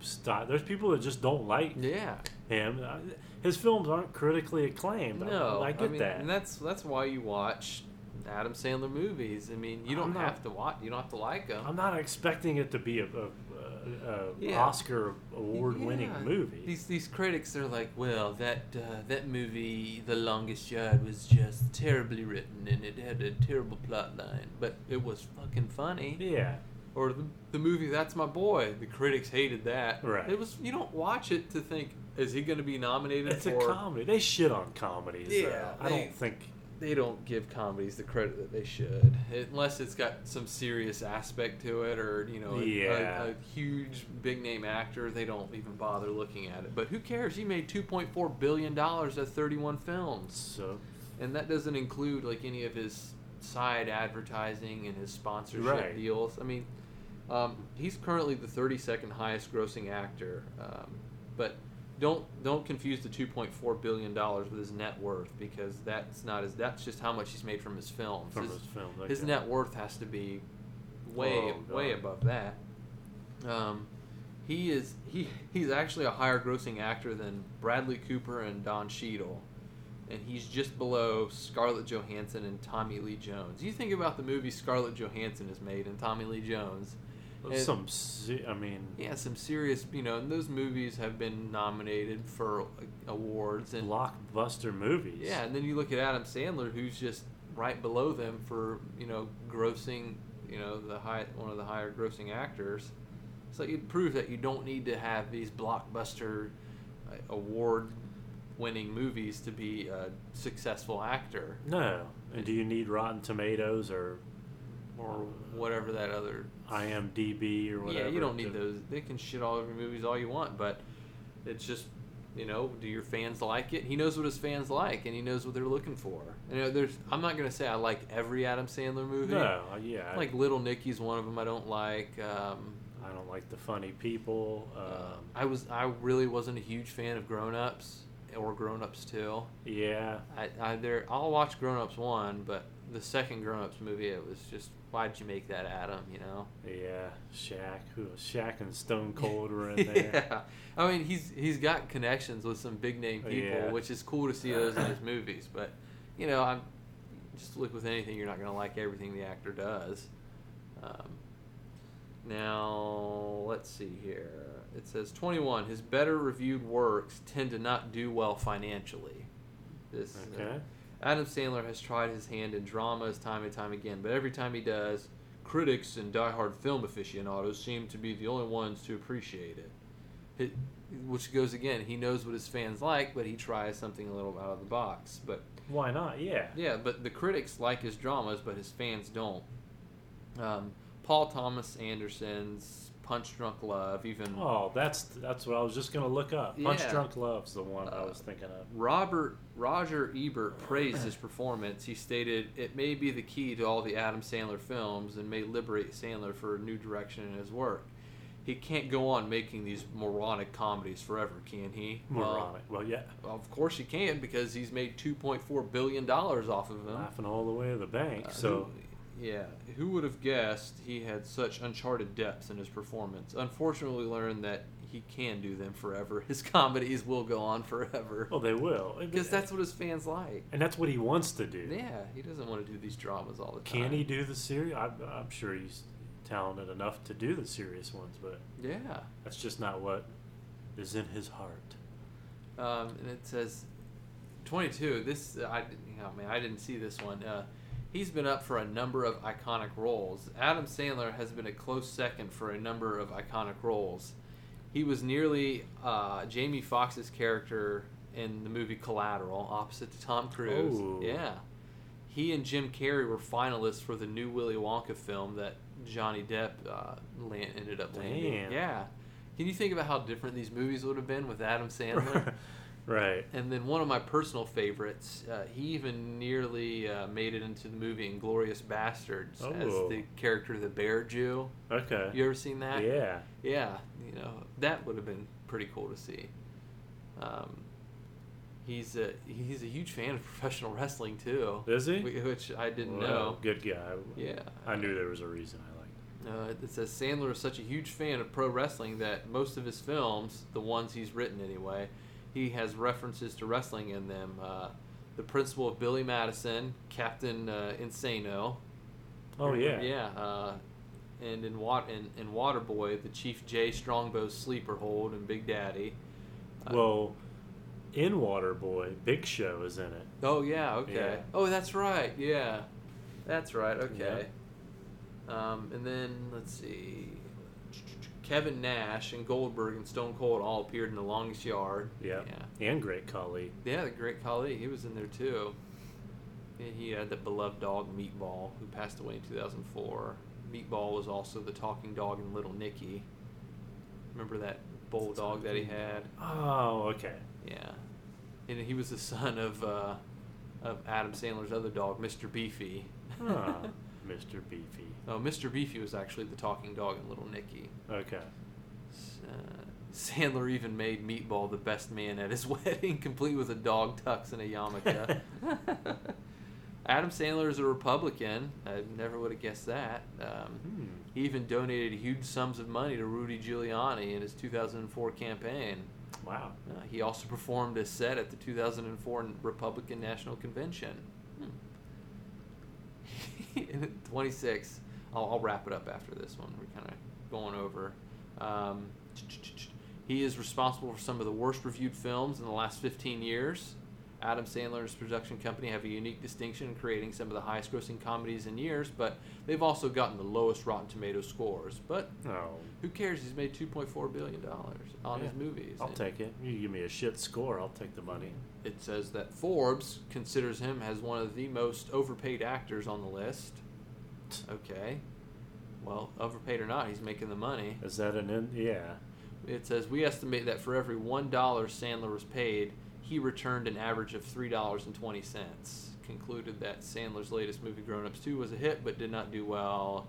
Speaker 1: style. There's people that just don't like
Speaker 2: yeah.
Speaker 1: him. I- His films aren't critically acclaimed. I-
Speaker 2: No,
Speaker 1: I, get
Speaker 2: mean,
Speaker 1: that.
Speaker 2: And that's that's why you watch Adam Sandler movies. I mean, you
Speaker 1: I'm
Speaker 2: don't
Speaker 1: not-
Speaker 2: have to watch. You don't have to like them.
Speaker 1: I'm not expecting it to be a, a, a, a
Speaker 2: Yeah.
Speaker 1: Oscar award-winning
Speaker 2: Yeah.
Speaker 1: movie.
Speaker 2: These these critics are like, well, that uh, that movie, The Longest Yard, was just terribly written and it had a terrible plot line, but it was fucking funny.
Speaker 1: yeah,
Speaker 2: Or the, the movie That's My Boy, the critics hated that.
Speaker 1: Right.
Speaker 2: It was you don't watch it to think is he going to be nominated
Speaker 1: it's a
Speaker 2: for?
Speaker 1: comedy. They shit on comedies. though.
Speaker 2: Yeah,
Speaker 1: I
Speaker 2: they-
Speaker 1: don't think.
Speaker 2: they don't give comedies the credit that they should, unless it's got some serious aspect to it, or you know, a-
Speaker 1: Yeah.
Speaker 2: a, a huge big name actor. They don't even bother looking at it. But who cares? He made two point four billion dollars at thirty one films,
Speaker 1: So
Speaker 2: and that doesn't include like any of his side advertising and his sponsorship
Speaker 1: Right.
Speaker 2: deals. I mean, um, he's currently the thirty second highest grossing actor, um, but. Don't don't confuse the 2.4 billion dollars with his net worth because that's not his. That's just how much he's made from his films.
Speaker 1: from
Speaker 2: His-
Speaker 1: his film,
Speaker 2: his
Speaker 1: okay.
Speaker 2: net worth has to be way
Speaker 1: Oh,
Speaker 2: way
Speaker 1: God.
Speaker 2: above that. Um, he is he he's actually a higher grossing actor than Bradley Cooper and Don Cheadle, and he's just below Scarlett Johansson and Tommy Lee Jones. You think about the movie Scarlett Johansson has made and Tommy Lee Jones. it-
Speaker 1: some. se- I mean,
Speaker 2: Yeah, some serious you know. And those movies have been nominated for like, awards and
Speaker 1: blockbuster movies.
Speaker 2: yeah, and then you look at Adam Sandler, who's just right below them for you know grossing, you know the high one of the higher grossing actors. So it proves that you don't need to have these blockbuster, award winning movies to be a successful actor
Speaker 1: No. And do you need Rotten Tomatoes or
Speaker 2: or whatever that other
Speaker 1: IMDb or whatever?
Speaker 2: Yeah, you don't need
Speaker 1: to-
Speaker 2: those. They can shit all over your movies all you want, but it's just, you know, do your fans like it? He knows what his fans like, and he knows what they're looking for. You know, there's. I'm not gonna say I like every Adam Sandler movie.
Speaker 1: No, uh, yeah. I-
Speaker 2: Like Little Nicky's one of them I don't like. Um,
Speaker 1: I don't like the funny people. Um,
Speaker 2: Uh, I was I really wasn't a huge fan of Grown Ups or Grown Ups Two.
Speaker 1: yeah,
Speaker 2: I, I there I'll watch Grown Ups One, but the second Grown Ups movie it was just why'd you make that Adam? You know.
Speaker 1: yeah. Shaq, who Shaq and Stone Cold were in there.
Speaker 2: Yeah, I mean he's he's got connections with some big name people,
Speaker 1: Oh, Yeah.
Speaker 2: which is cool to see those in his movies. But you know, I'm just look with anything you're not gonna like everything the actor does. Um, now let's see here. It says 21. His better reviewed works tend to not do well financially. This uh,
Speaker 1: Okay.
Speaker 2: Adam Sandler has tried his hand in dramas time and time again, but every time he does, critics and diehard film aficionados seem to be the only ones to appreciate it. it. Which goes again, he knows what his fans like, but he tries something a little out of the box. But
Speaker 1: Why not? Yeah.
Speaker 2: yeah, but the critics like his dramas, but his fans don't. Um, Paul Thomas Anderson's Punch Drunk Love, even
Speaker 1: Oh, that's that's what I was just gonna look up. Punch
Speaker 2: Yeah.
Speaker 1: Drunk Love's the one I
Speaker 2: Uh,
Speaker 1: was thinking of.
Speaker 2: Robert Roger Ebert praised his performance. He stated, "It may be the key to all the Adam Sandler films and may liberate Sandler for a new direction in his work. He can't go on making these moronic comedies forever, can he?
Speaker 1: Moronic. Well, yeah,
Speaker 2: Well, of course he can because he's made 2.4 billion dollars off of them.
Speaker 1: laughing all the way to the bank.
Speaker 2: Uh,
Speaker 1: so
Speaker 2: who- yeah, who would have guessed he had such uncharted depths in his performance? Unfortunately, we learned that he can do them forever. His comedies will go on forever."
Speaker 1: well, they will
Speaker 2: Because that's what his fans like.
Speaker 1: and that's what he wants to do.
Speaker 2: Yeah, he doesn't want to do these dramas all the time.
Speaker 1: Can he do the serious? I'm, I'm sure he's talented enough to do the serious ones, but
Speaker 2: Yeah.
Speaker 1: that's just not what is in his heart.
Speaker 2: Um, and it says, 22. This I didn't. Oh man, I didn't see this one. Uh, he's been up for a number of iconic roles. Adam Sandler has been a close second for a number of iconic roles. He was nearly uh, Jamie Foxx's character in the movie Collateral, opposite to Tom Cruise.
Speaker 1: Ooh.
Speaker 2: Yeah. He and Jim Carrey were finalists for the new Willy Wonka film that Johnny Depp uh, land, ended up landing.
Speaker 1: Damn.
Speaker 2: Yeah. Can you think about how different these movies would have been with Adam Sandler?
Speaker 1: right.
Speaker 2: And then one of my personal favorites, uh, he even nearly uh, made it into the movie Inglorious Bastards as
Speaker 1: Oh.
Speaker 2: the character the Bear Jew.
Speaker 1: Okay.
Speaker 2: You ever seen that?
Speaker 1: yeah.
Speaker 2: Yeah, you know, that would have been pretty cool to see. Um, he's a he's a huge fan of professional wrestling too,
Speaker 1: Is he?
Speaker 2: whi- which I didn't
Speaker 1: Well,
Speaker 2: know.
Speaker 1: Good guy.
Speaker 2: Yeah.
Speaker 1: I knew there was a reason I liked.
Speaker 2: Uh, it says Sandler is such a huge fan of pro wrestling that most of his films, the ones he's written anyway, he has references to wrestling in them. Uh, the Principal of Billy Madison, Captain uh, Insano.
Speaker 1: it. Oh yeah.
Speaker 2: Yeah. Uh, and in, Wat- in, in Waterboy, the Chief J Strongbow's sleeper hold and Big Daddy. Uh,
Speaker 1: Well, in Waterboy, Big Show is in it.
Speaker 2: Oh yeah, okay.
Speaker 1: Yeah.
Speaker 2: Oh, that's right. Yeah, that's right. Okay. Um, and then let's see, Kevin Nash and Goldberg and Stone Cold all appeared in The Longest Yard.
Speaker 1: Yeah.
Speaker 2: yeah,
Speaker 1: And Great Khali.
Speaker 2: yeah. The Great Khali, he was in there too. And he had the beloved dog Meatball, who passed away in 2004. Meatball was also the talking dog in Little Nicky. Remember that bulldog that he had?
Speaker 1: Oh, okay.
Speaker 2: Yeah, and he was the son of uh, of Adam Sandler's other dog, Mr. Beefy.
Speaker 1: Huh. Mr. Beefy.
Speaker 2: oh, Mr. Beefy was actually the talking dog in Little Nicky.
Speaker 1: Okay.
Speaker 2: S- Uh, Sandler even made Meatball the best man at his wedding, complete with a dog tux and a yarmulke. Adam Sandler is a Republican. I never would have guessed that. Um,
Speaker 1: Hmm.
Speaker 2: he even donated huge sums of money to Rudy Giuliani in his 2004 campaign.
Speaker 1: Wow.
Speaker 2: Uh, he also performed a set at the 2004 Republican National Convention. Hmm. And 26. I'll, I'll wrap it up after this one. We're kind of going over. Um, he is responsible for some of the worst reviewed films in the last 15 years. Adam Sandler's production company have a unique distinction in creating some of the highest grossing comedies in years, but they've also gotten the lowest Rotten Tomato scores. But
Speaker 1: Oh,
Speaker 2: who cares? He's made 2.4 billion dollars on his
Speaker 1: Yeah.
Speaker 2: movies.
Speaker 1: I'll
Speaker 2: And-
Speaker 1: take it. You give me a shit score, I'll take the money.
Speaker 2: it says that Forbes considers him as one of the most overpaid actors on the list. Okay. Well, overpaid or not, he's making the money.
Speaker 1: Is that an in? Yeah.
Speaker 2: It says we estimate that for every $1 Sandler was paid, he returned an average of $3.20. Concluded that Sandler's latest movie, Grown Ups 2, was a hit but did not do well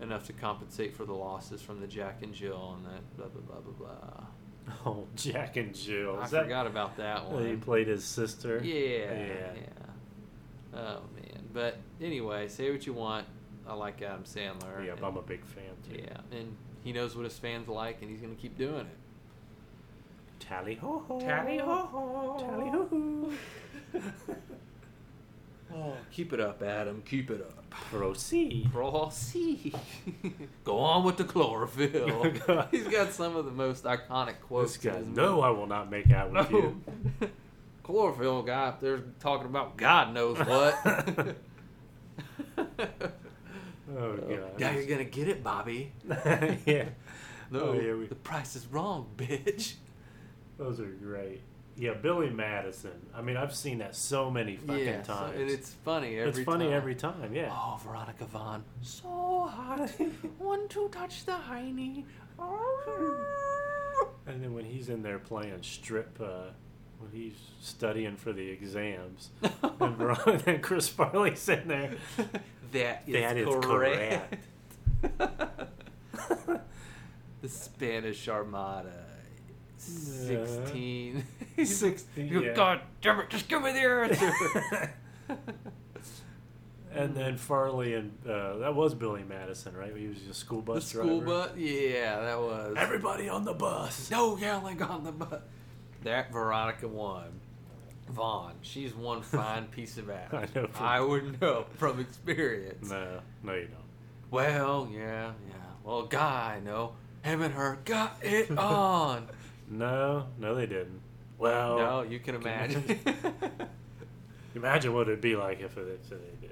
Speaker 2: enough to compensate for the losses from the Jack and Jill and that blah, blah, blah, blah, blah.
Speaker 1: Oh, Jack and Jill.
Speaker 2: I
Speaker 1: Is that-
Speaker 2: forgot about that one.
Speaker 1: He played his sister.
Speaker 2: Yeah,
Speaker 1: Yeah.
Speaker 2: yeah. Oh man. But anyway, say what you want. I like Adam Sandler.
Speaker 1: Yep, I'm a big fan too.
Speaker 2: Yeah, and he knows what his fans like, and he's gonna keep doing it.
Speaker 1: Tally ho ho.
Speaker 2: Tally ho ho.
Speaker 1: Tally ho ho.
Speaker 2: Oh, keep it up, Adam. Keep it up.
Speaker 1: Proceed.
Speaker 2: Proceed. Go on with the chlorophyll.
Speaker 1: God.
Speaker 2: he's got some of the most iconic quotes.
Speaker 1: This guy.
Speaker 2: in his
Speaker 1: No, I will not make out with you.
Speaker 2: No. Chlorophyll guy up there talking about God knows what.
Speaker 1: Oh god.
Speaker 2: now you're gonna get it, Bobby.
Speaker 1: yeah.
Speaker 2: No,
Speaker 1: Oh, yeah, we-
Speaker 2: the price is wrong, bitch.
Speaker 1: Those are great. Yeah, Billy Madison. I mean, I've seen that so many fucking
Speaker 2: yeah, so-
Speaker 1: times.
Speaker 2: and it's funny every.
Speaker 1: It's funny
Speaker 2: time.
Speaker 1: every time. Yeah.
Speaker 2: Oh, Veronica Vaughn, so hot. One, two, touch the hiney.
Speaker 1: And then when he's in there playing strip, uh, when he's studying for the exams, and, Veron- and Chris Farley's in there.
Speaker 2: That is
Speaker 1: That is
Speaker 2: correct. the Spanish Armada. 16.
Speaker 1: Sixteen,
Speaker 2: You-
Speaker 1: yeah.
Speaker 2: God damn it, just give me the answer.
Speaker 1: And then Farley and uh, that was Billy Madison, right? He was a school
Speaker 2: the
Speaker 1: bus
Speaker 2: school
Speaker 1: driver.
Speaker 2: bus? Yeah, that was.
Speaker 1: Everybody on the bus.
Speaker 2: No yelling on the bus. That Veronica won. Vaughn, she's one fine piece of ass.
Speaker 1: I know from-
Speaker 2: I would know from experience.
Speaker 1: No, no, you don't.
Speaker 2: Well, yeah, yeah. Well, guy, no. Him and her got it on.
Speaker 1: No, no, they didn't. Well,
Speaker 2: no, you can imagine.
Speaker 1: imagine what it'd be like if, it, if they did.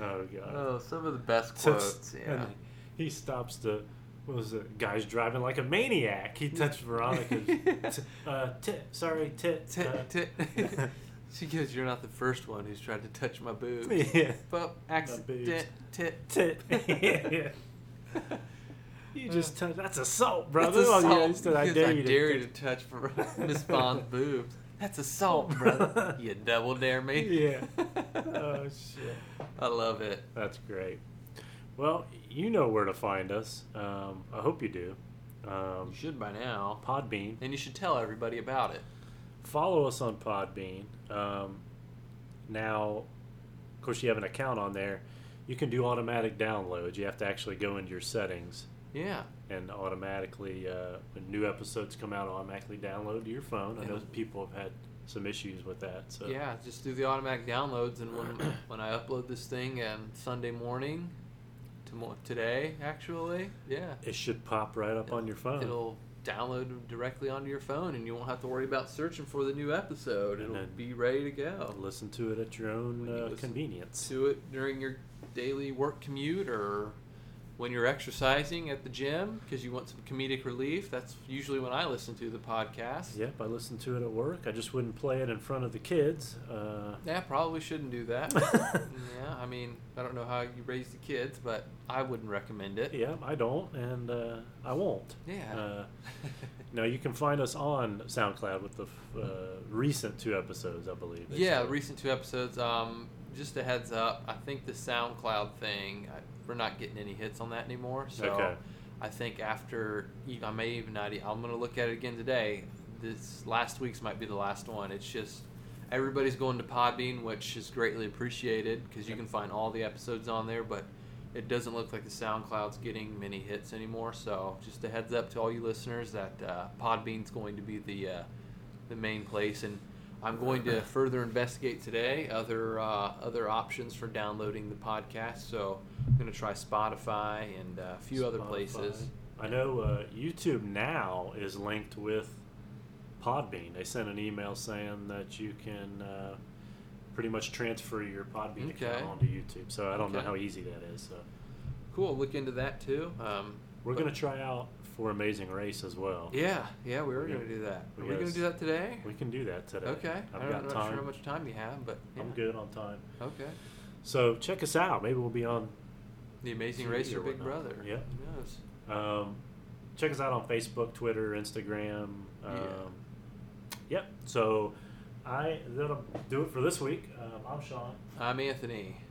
Speaker 1: Oh god.
Speaker 2: oh, some of the best
Speaker 1: So-
Speaker 2: quotes. Yeah.
Speaker 1: and he stops the what was it? Guy's driving like a maniac. He touched Veronica's t- uh, tit. Sorry, tit. uh,
Speaker 2: Tit, tit. she goes, "You're not the first one who's tried to touch my boob."
Speaker 1: yeah,
Speaker 2: But accident. Tit.
Speaker 1: tit. yeah. You just touched. That's assault, brother.
Speaker 2: That's
Speaker 1: Oh, yeah,
Speaker 2: assault.
Speaker 1: he said, I
Speaker 2: Because
Speaker 1: dare you to
Speaker 2: you to touch for Miss Bond's boobs. That's assault, brother. you double dare me.
Speaker 1: Yeah. Oh shit.
Speaker 2: I love it.
Speaker 1: That's great. Well, you know where to find us. Um, I hope you do. Um,
Speaker 2: You should by now,
Speaker 1: Podbean.
Speaker 2: and you should tell everybody about it.
Speaker 1: follow us on Podbean. Um, now, of course, you have an account on there. You can do automatic downloads. You have to actually go into your settings
Speaker 2: Yeah.
Speaker 1: and automatically, uh, when new episodes come out, automatically download to your phone. I know
Speaker 2: Yeah.
Speaker 1: people have had some issues with that. So
Speaker 2: Yeah, just do the automatic downloads, and when when I upload this thing um, Sunday morning, tomo- today actually, yeah,
Speaker 1: it should pop right up on your phone.
Speaker 2: it'll download directly onto your phone, and you won't have to worry about searching for the new episode.
Speaker 1: And
Speaker 2: It'll
Speaker 1: then-
Speaker 2: be ready to go.
Speaker 1: Listen to it at your own
Speaker 2: When you
Speaker 1: uh,
Speaker 2: listen
Speaker 1: convenience.
Speaker 2: Do it during your daily work commute or when you're exercising at the gym because you want some comedic relief. That's usually when I listen to the podcast.
Speaker 1: Yep, I listened to it at work. I just wouldn't play it in front of the kids. Uh,
Speaker 2: Yeah, probably shouldn't do that. yeah, I mean, I don't know how you raise the kids, but I wouldn't recommend it.
Speaker 1: yeah, I don't, and uh, I won't.
Speaker 2: Yeah.
Speaker 1: Uh, Now you can find us on SoundCloud with the uh, recent two episodes, I believe. they
Speaker 2: yeah,
Speaker 1: said.
Speaker 2: recent two episodes. Um, just a heads up, I think the SoundCloud thing, I, we're not getting any hits on that anymore. So
Speaker 1: Okay.
Speaker 2: I think after, e- I may even not, e- I'm going to look at it again today. This last week's might be the last one. It's just everybody's going to Podbean, which is greatly appreciated because you can find all the episodes on there, but it doesn't look like the SoundCloud's getting many hits anymore. So just a heads up to all you listeners that uh, Podbean's going to be the uh, the main place, and I'm going to further investigate today other uh, other options for downloading the podcast. So I'm going to try Spotify and uh, a few other
Speaker 1: Spotify.
Speaker 2: places.
Speaker 1: I know uh, YouTube now is linked with Podbean. They sent an email saying that you can uh, pretty much transfer your Podbean
Speaker 2: Okay.
Speaker 1: account onto YouTube. So I don't know
Speaker 2: Okay.
Speaker 1: how easy that is. So
Speaker 2: Cool, look into that too. Um,
Speaker 1: we're
Speaker 2: but-
Speaker 1: gonna try out for Amazing Race as well.
Speaker 2: Yeah, yeah, we were
Speaker 1: We're
Speaker 2: going to
Speaker 1: gonna-
Speaker 2: do that.
Speaker 1: we
Speaker 2: Are we
Speaker 1: gotta
Speaker 2: going to do that today?
Speaker 1: We can do that today.
Speaker 2: Okay.
Speaker 1: I've
Speaker 2: I'm
Speaker 1: got
Speaker 2: not
Speaker 1: time.
Speaker 2: sure how much time you have, but yeah.
Speaker 1: I'm good on time.
Speaker 2: Okay.
Speaker 1: So check us out. Maybe we'll be on
Speaker 2: The Amazing
Speaker 1: TV
Speaker 2: Racer
Speaker 1: or
Speaker 2: Big
Speaker 1: whatnot.
Speaker 2: Brother.
Speaker 1: Yeah.
Speaker 2: Who knows?
Speaker 1: Um, check us out on Facebook, Twitter, Instagram. Um,
Speaker 2: Yeah.
Speaker 1: Yep. So I that'll do it for this week. Um, I'm Sean.
Speaker 2: I'm Anthony.